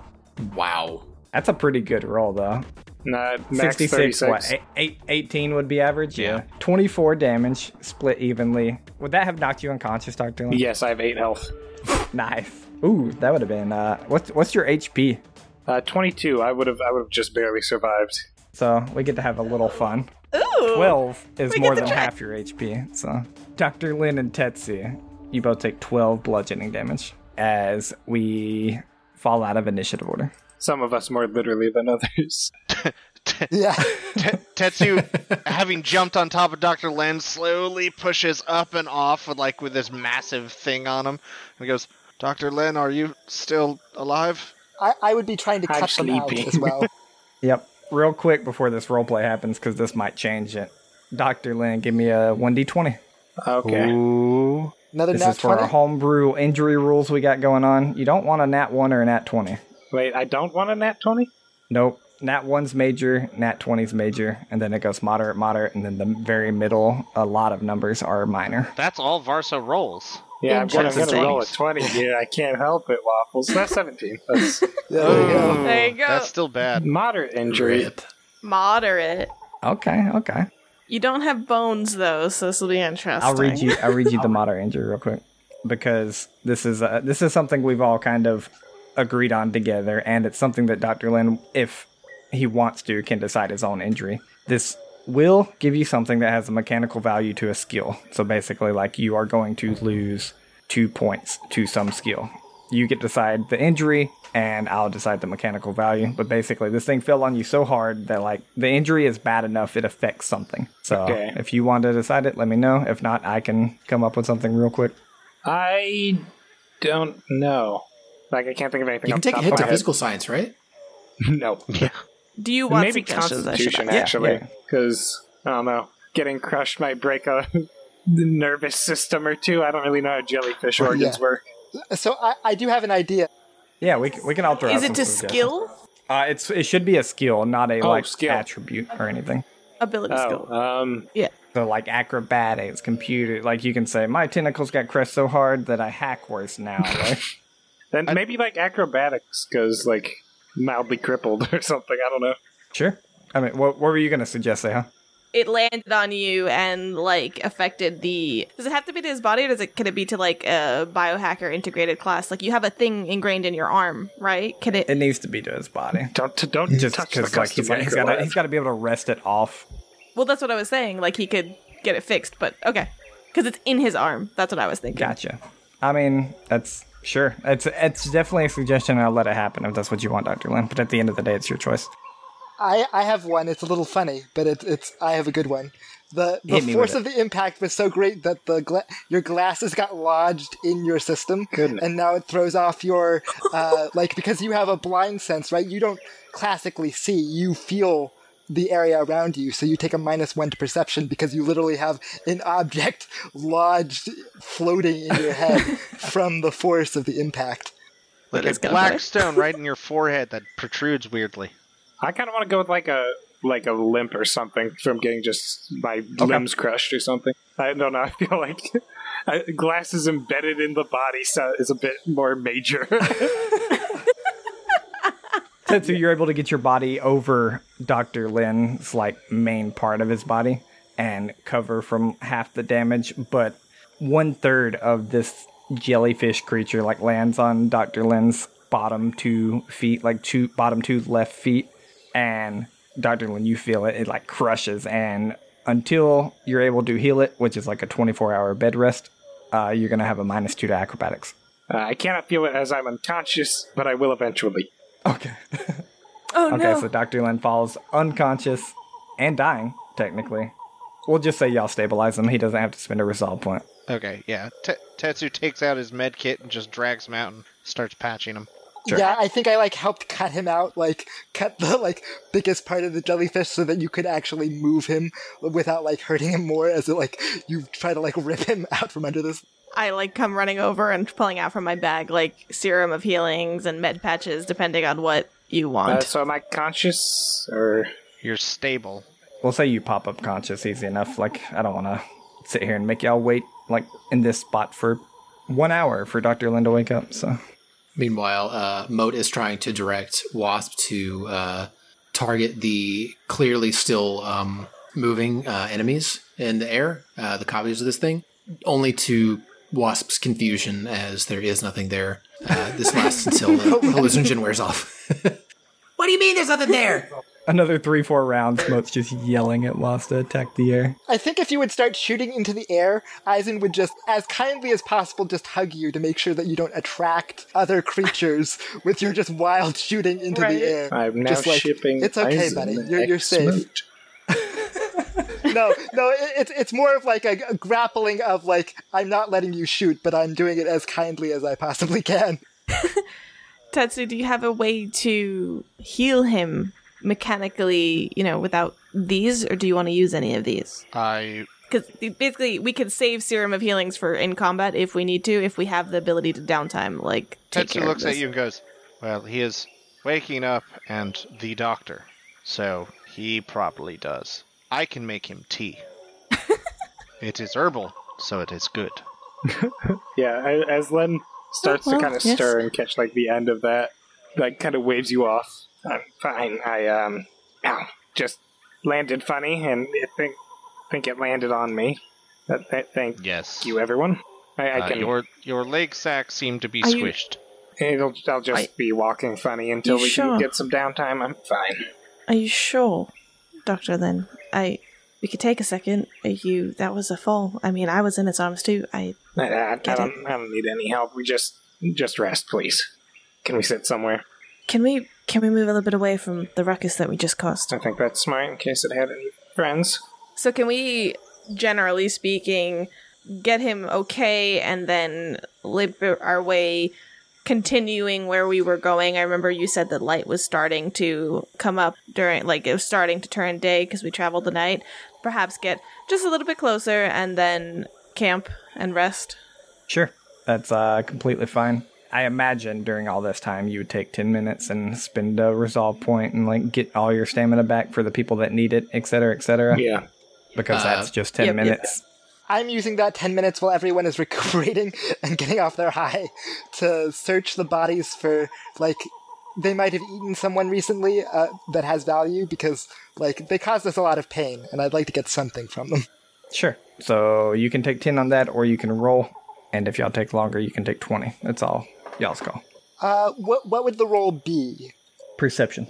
Speaker 6: Wow.
Speaker 5: That's a pretty good roll though.
Speaker 2: Nah, max
Speaker 5: 66 what?
Speaker 2: 36.
Speaker 5: Eight, eight, 18 would be average.
Speaker 3: Yeah.
Speaker 5: 24 damage split evenly. Would that have knocked you unconscious, Dr. Lin?
Speaker 2: Yes, I have 8 health.
Speaker 5: Nice. Ooh, that would have been uh what's what's your HP?
Speaker 2: Uh, 22. I would have I would have just barely survived.
Speaker 5: So we get to have a little fun.
Speaker 1: ooh.
Speaker 5: 12 is
Speaker 1: We
Speaker 5: more
Speaker 1: get to
Speaker 5: than
Speaker 1: try.
Speaker 5: half your HP. So, Dr. Lin and Tetsu, you both take 12 bludgeoning damage as we fall out of initiative order.
Speaker 2: Some of us more literally than others.
Speaker 4: Yeah.
Speaker 3: Te- Tetsu, having jumped on top of Dr. Len, slowly pushes up and off with like with this massive thing on him and goes, Dr. Len, are you still alive?
Speaker 4: I, I would be trying to
Speaker 2: I'm
Speaker 4: cut them out
Speaker 2: sleepy.
Speaker 4: as well.
Speaker 5: Yep. Real quick before this roleplay happens, because this might change it. Dr. Lin, give me a 1d20.
Speaker 2: Okay.
Speaker 4: Another
Speaker 5: This
Speaker 4: nat
Speaker 5: is for our
Speaker 4: 20?
Speaker 5: homebrew injury rules we got going on. You don't want a nat 1 or a nat 20.
Speaker 2: Wait, I don't want a nat 20?
Speaker 5: Nope. Nat 1's major, Nat 20's major, and then it goes moderate, moderate, and then the very middle, a lot of numbers are minor.
Speaker 3: That's all Varso rolls.
Speaker 2: Yeah, I'm gonna, I'm gonna
Speaker 1: Interesting.
Speaker 2: roll a 20 here. I can't help it, Waffles. That's 17. That's
Speaker 4: There we go.
Speaker 1: There you go.
Speaker 3: That's still bad.
Speaker 2: moderate injury.
Speaker 6: Rip.
Speaker 1: Moderate.
Speaker 5: Okay, okay.
Speaker 1: You don't have bones though, so this will be interesting.
Speaker 5: I'll read you. I'll read you the moderate injury real quick because this is uh this is something we've all kind of agreed on together, and it's something that Doctor Lin, if he wants to, can decide his own injury. This will give you something that has a mechanical value to a skill. So basically, like you are going to lose two points to some skill. You get to decide the injury, and I'll decide the mechanical value. But basically, this thing fell on you so hard that like the injury is bad enough it affects something. So
Speaker 2: Okay.
Speaker 5: if you want to decide it, let me know. If not, I can come up with something real quick.
Speaker 2: I don't know. Like, I can't think of anything
Speaker 6: You can
Speaker 2: off
Speaker 6: take
Speaker 2: the top
Speaker 6: a hit
Speaker 2: of
Speaker 6: to
Speaker 2: my head.
Speaker 6: physical science, right?
Speaker 2: No.
Speaker 1: Do you want
Speaker 2: Maybe
Speaker 1: suggestions? I should
Speaker 2: Constitution,
Speaker 1: ask?
Speaker 2: actually.
Speaker 5: yeah.
Speaker 2: Because, I don't know. Getting crushed might break a nervous system or two. I don't really know how jellyfish organs
Speaker 4: yeah.
Speaker 2: work.
Speaker 4: So I, I do have an idea.
Speaker 5: Yeah, we, c- we can all throw.
Speaker 1: Is
Speaker 5: out
Speaker 1: it
Speaker 5: some
Speaker 1: to
Speaker 5: suggestions.
Speaker 1: skill?
Speaker 5: Uh, it's it should be a skill, not a
Speaker 2: Oh,
Speaker 5: like
Speaker 2: skill.
Speaker 5: attribute or anything.
Speaker 1: Ability
Speaker 2: Oh,
Speaker 1: skill.
Speaker 2: um,
Speaker 5: So like acrobatics, computer, like you can say, my tentacles got crushed so hard that I hack worse now. Like,
Speaker 2: then maybe like acrobatics, because like mildly crippled or something. I don't know.
Speaker 5: sure. I mean, what, what were you gonna suggest, Seha?
Speaker 1: it landed on you and like affected the does it have to be to his body or does it can it be to like a biohacker integrated class like you have a thing ingrained in your arm right can it
Speaker 5: It needs to be to his body.
Speaker 2: Don't t- don't
Speaker 5: Just
Speaker 2: touch the
Speaker 5: because like he's
Speaker 2: custom
Speaker 5: got, he's
Speaker 2: microwave.
Speaker 5: got he's got to be able to rest it off.
Speaker 1: well that's what i was saying like he could get it fixed but okay because it's in his arm that's what i was thinking
Speaker 5: Gotcha. I mean, that's sure. It's it's definitely a suggestion. and I'll let it happen if that's what you want, Doctor Lynn. But at the end of the day, it's your choice.
Speaker 4: I, I have one. It's a little funny, but it's it's I have a good one. The the
Speaker 5: Hit me
Speaker 4: force
Speaker 5: with
Speaker 4: of the impact was so great that the gla- your glasses got lodged in your system,
Speaker 2: Goodness.
Speaker 4: and now it throws off your uh, like because you have a blind sense, right? You don't classically see; you feel the area around you, so you take a minus one to perception because you literally have an object lodged, floating in your head from the force of the impact.
Speaker 3: Like a
Speaker 1: Let's go for
Speaker 3: black
Speaker 1: it.
Speaker 3: stone right in your forehead that protrudes weirdly.
Speaker 2: I kind of want to go with like a like a limp or something from getting just my limbs crushed or something. I don't know. I feel like uh, glasses embedded in the body so is a bit more major. Uh,
Speaker 5: Tetsu, you're able to get your body over Dr. Lin's like main part of his body and cover from half the damage, but one third of this jellyfish creature like lands on Dr. Lin's bottom two feet, like two bottom two left feet, and Dr. Lin, you feel it, it like crushes and until you're able to heal it, which is like a 24 hour bed rest, uh, you're gonna have a minus two to acrobatics.
Speaker 2: uh, I cannot feel it as I'm unconscious, but I will eventually.
Speaker 5: Okay.
Speaker 1: oh
Speaker 5: Okay,
Speaker 1: no
Speaker 5: so Dr. Lin falls unconscious and dying, technically. We'll just say y'all stabilize him. He doesn't have to spend a resolve point.
Speaker 3: Okay, yeah. T- Tetsu takes out his med kit and just drags him out and starts patching him.
Speaker 5: Sure.
Speaker 4: Yeah, I think I like helped cut him out, like cut the like biggest part of the jellyfish so that you could actually move him without like hurting him more as it like you try to like rip him out from under this.
Speaker 1: i like come running over and pulling out from my bag like serum of healings and med patches depending on what you
Speaker 2: Uh,
Speaker 1: want
Speaker 2: so am I conscious or
Speaker 3: You're stable.
Speaker 5: We'll say you pop up conscious easy enough. Like, I don't want to sit here and make y'all wait, like, in this spot for one hour for Dr. Lin to wake up. So,
Speaker 6: Meanwhile, uh, Moat is trying to direct Wasp to uh, target the clearly still um, moving uh, enemies in the air, uh, the copies of this thing, only to Wasp's confusion as there is nothing there. Uh, this lasts until the hallucinogen wears off. what do you mean there's nothing there?
Speaker 5: another three, four rounds. Moat's just yelling at Lost to attack the air.
Speaker 4: I think if you would start shooting into the air, Aizen would just as kindly as possible just hug you to make sure that you don't attract other creatures with your just wild shooting into
Speaker 1: Right.
Speaker 4: the air.
Speaker 2: I'm now
Speaker 4: Just like,
Speaker 2: shipping?
Speaker 4: it's okay,
Speaker 2: Aizen
Speaker 4: buddy. You're- you're
Speaker 2: X
Speaker 4: safe.
Speaker 2: Moat.
Speaker 4: no, no, it, it's it's more of like a, a grappling of like I'm not letting you shoot, but I'm doing it as kindly as I possibly can.
Speaker 1: Tetsu, do you have a way to heal him mechanically, you know, without these, or do you want to use any of these?
Speaker 3: I
Speaker 1: Because basically, we can save Serum of Healings for in combat if we need to, if we have the ability to downtime. Like, take
Speaker 3: Tetsu
Speaker 1: care of
Speaker 3: looks at
Speaker 1: this.
Speaker 3: you and goes, "Well, he is waking up and the doctor, so he probably does. I can make him tea. it is herbal, so it is good."
Speaker 2: Yeah, I, as Len starts
Speaker 1: Oh, Well,
Speaker 2: to kind of
Speaker 1: yes.
Speaker 2: stir and catch like the end of that, like kind of waves you off. I'm fine. I um, ow, just landed funny, and I think think it landed on me. That, that, thank
Speaker 3: Yes.
Speaker 2: you, everyone. I, I
Speaker 3: Uh,
Speaker 2: can.
Speaker 3: Your your leg sacs seem to be
Speaker 1: Are you-
Speaker 3: squished.
Speaker 2: it'll, I'll just
Speaker 1: I-
Speaker 2: be walking funny until
Speaker 1: You
Speaker 2: we
Speaker 1: sure?
Speaker 2: can get some downtime. I'm fine.
Speaker 1: Are you sure, Doctor? Then I, we could take a second. Are you? That was a fall. I mean, I was in his arms too. I
Speaker 2: I, I, I
Speaker 1: Get
Speaker 2: don't. I don't need any help. We just just rest, please. Can we sit somewhere?
Speaker 1: can we can we move a little bit away from the ruckus that we just caused?
Speaker 2: I think that's smart in case it had any friends.
Speaker 1: So can we, generally speaking, get him okay and then liber our way continuing where we were going? I remember you said that light was starting to come up during, like it was starting to turn day because we traveled the night. Perhaps get just a little bit closer and then camp and rest.
Speaker 5: Sure. That's uh, completely fine. I imagine during all this time you would take 10 minutes and spend a resolve point and like get all your stamina back for the people that need it, et cetera, et cetera.
Speaker 2: Yeah.
Speaker 5: Because
Speaker 6: Uh,
Speaker 5: that's just 10
Speaker 1: yep, yep,
Speaker 5: minutes.
Speaker 4: I'm using that 10 minutes while everyone is recuperating and getting off their high to search the bodies for, like, they might have eaten someone recently uh, that has value because like they caused us a lot of pain, and I'd like to get something from them.
Speaker 5: Sure. So you can take 10 on that, or you can roll. And if y'all take longer, you can take 20. That's all y'all's call.
Speaker 4: Uh, what what would the roll be?
Speaker 5: Perception.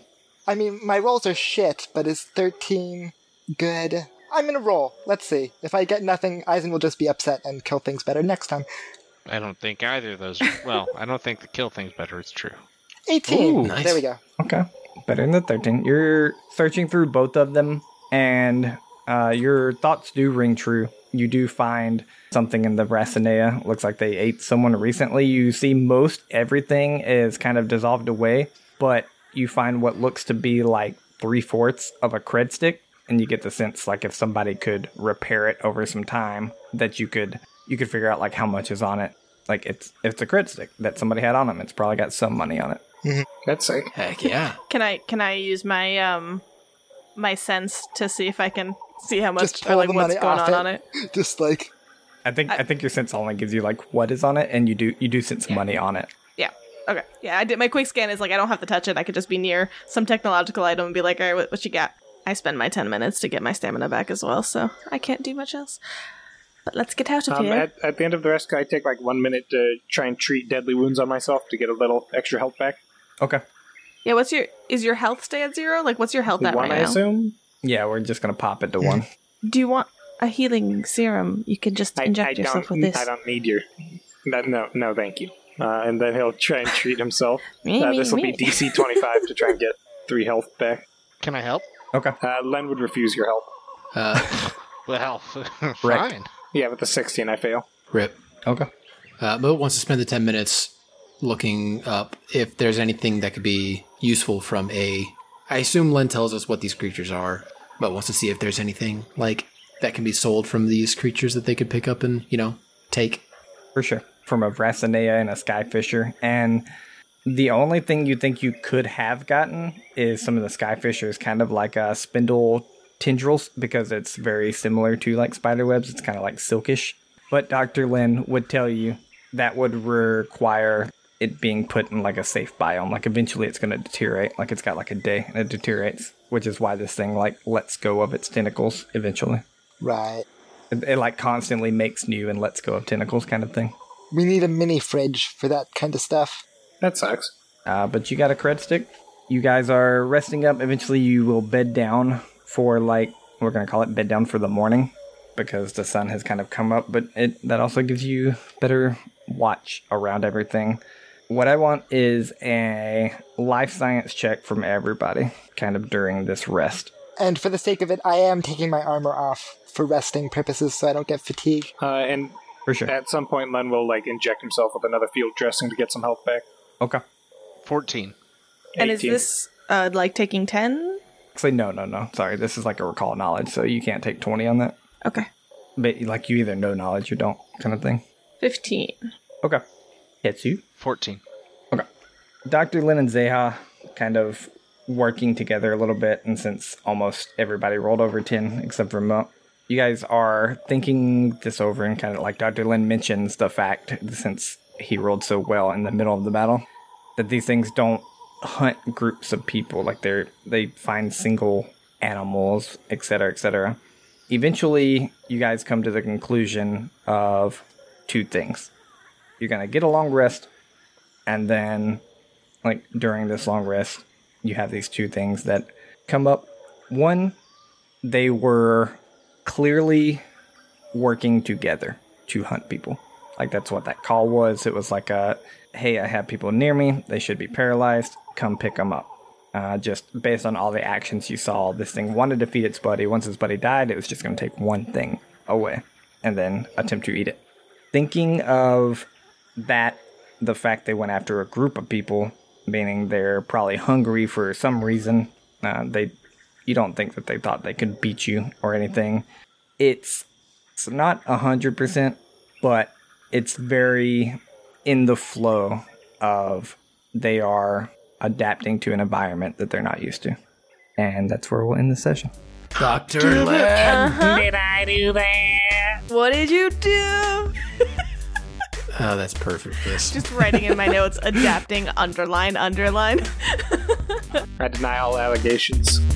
Speaker 4: I mean, my rolls are shit, but is thirteen good? I'm gonna roll. Let's see. If I get nothing, Eisen will just be upset and kill things better next time.
Speaker 3: I don't think either of those. Well, I don't think the kill thing's better. It's true.
Speaker 4: Eighteen.
Speaker 6: Ooh, nice.
Speaker 4: There we go.
Speaker 5: Okay. Better than the 13. You're searching through both of them, and uh, your thoughts do ring true. You do find something in the Racinea. Looks like they ate someone recently. You see most everything is kind of dissolved away, but you find what looks to be like three fourths of a cred stick, and you get the sense like if somebody could repair it over some time, that you could you could figure out like how much is on it. Like it's it's a cred stick that somebody had on them. It's probably got some money on it.
Speaker 2: That's like
Speaker 6: Heck yeah.
Speaker 1: Can I can I use my um my sense to see if I can see how much
Speaker 4: Just
Speaker 1: or
Speaker 4: pull
Speaker 1: like
Speaker 4: the
Speaker 1: what's
Speaker 4: money
Speaker 1: going
Speaker 4: off
Speaker 1: on
Speaker 4: it.
Speaker 1: on it?
Speaker 4: Just like
Speaker 5: I think
Speaker 1: I-
Speaker 5: I, think your sense only gives you like what is on it, and you do you do sense money on it.
Speaker 1: Okay. Yeah, I did my quick scan is like I don't have to touch it. I could just be near some technological item and be like, all right, what, what you got? I spend my ten minutes to get my stamina back as well, so I can't do much else. But let's get out of
Speaker 2: Um,
Speaker 1: here.
Speaker 2: at, at the end of the rest, I take like one minute to try and treat deadly wounds on myself to get a little extra health back.
Speaker 5: Okay.
Speaker 1: yeah, what's your is your health stay at zero? Like what's your health at
Speaker 2: one,
Speaker 1: right
Speaker 2: I
Speaker 1: now?
Speaker 2: assume.
Speaker 5: Yeah, we're just gonna pop it to one.
Speaker 1: Do you want a healing serum? You can just
Speaker 2: I,
Speaker 1: inject
Speaker 2: I
Speaker 1: yourself
Speaker 2: don't.
Speaker 1: with this.
Speaker 2: I don't need your. That, no, no, thank you. Uh, and then he'll try and treat himself.
Speaker 1: Me,
Speaker 2: Uh,
Speaker 1: me,
Speaker 2: this will be
Speaker 1: me.
Speaker 2: DC twenty five to try and get three health back.
Speaker 3: Can I help?
Speaker 5: Okay.
Speaker 2: Uh, Len would refuse your help.
Speaker 6: Uh,
Speaker 3: Well,
Speaker 5: Wrecked.
Speaker 3: fine.
Speaker 2: Yeah, with the sixteen, I fail.
Speaker 6: rip.
Speaker 5: Okay.
Speaker 6: Uh, Moat wants to spend the 10 minutes looking up if there's anything that could be useful from a. I assume Len tells us what these creatures are, but wants to see if there's anything like that can be sold from these creatures that they could pick up and, you know, take.
Speaker 5: For sure. From a Vracinea and a Skyfisher. And the only thing you think you could have gotten is some of the Skyfishers, kind of like uh, spindle tendrils, because it's very similar to like spider webs. It's kind of like silkish. But Dr. Lin would tell you that would require it being put in like a safe biome. Like eventually it's going to deteriorate. Like it's got like a day and it deteriorates, which is why this thing like lets go of its tentacles eventually.
Speaker 4: right.
Speaker 5: It, it like constantly makes new and lets go of tentacles kind of thing.
Speaker 4: We need a mini fridge for that kind of stuff.
Speaker 2: That sucks.
Speaker 5: Uh, but you got a cred stick. You guys are resting up. Eventually, you will bed down for like we're gonna call it bed down for the morning because the sun has kind of come up. But it that also gives you better watch around everything. What I want is a life science check from everybody, kind of during this rest.
Speaker 4: And for the sake of it, I am taking my armor off for resting purposes, so I don't get fatigue.
Speaker 2: Uh, and
Speaker 5: For sure.
Speaker 2: at some point, Len will like inject himself with another field dressing to get some health back.
Speaker 5: Okay.
Speaker 3: Fourteen.
Speaker 1: And is
Speaker 2: 18.
Speaker 1: this uh, like taking ten?
Speaker 5: Actually, no, no, no. Sorry, this is like a recall knowledge, so you can't take twenty on that.
Speaker 1: Okay.
Speaker 5: But like you either know knowledge or don't, kind of thing.
Speaker 1: Fifteen.
Speaker 5: Okay. Hits you.
Speaker 3: Fourteen.
Speaker 5: Dr. Lin and Zeha kind of working together a little bit, and since almost everybody rolled over 10 except for Mo, you guys are thinking this over and kind of like Dr. Lin mentions the fact, since he rolled so well in the middle of the battle, that these things don't hunt groups of people. Like they're, they find single animals, etc., etc. Eventually, you guys come to the conclusion of two things. You're going to get a long rest, and then like during this long rest, you have these two things that come up. One, they were clearly working together to hunt people. Like that's what that call was. It was like a, hey, I have people near me. They should be paralyzed. Come pick them up. Uh, just based on all the actions you saw, this thing wanted to feed its buddy. Once its buddy died, it was just going to take one thing away and then attempt to eat it. Thinking of that the fact they went after a group of people, meaning they're probably hungry for some reason. Uh, they, you don't think that they thought they could beat you or anything. It's it's not a hundred percent, but it's very in the flow of they are adapting to an environment that they're not used to, and that's where we'll end the session.
Speaker 6: Dr. Len!
Speaker 1: What did you do?
Speaker 6: Oh, that's perfect. for This.
Speaker 1: Just writing in my notes, adapting, underline, underline.
Speaker 2: I deny all allegations.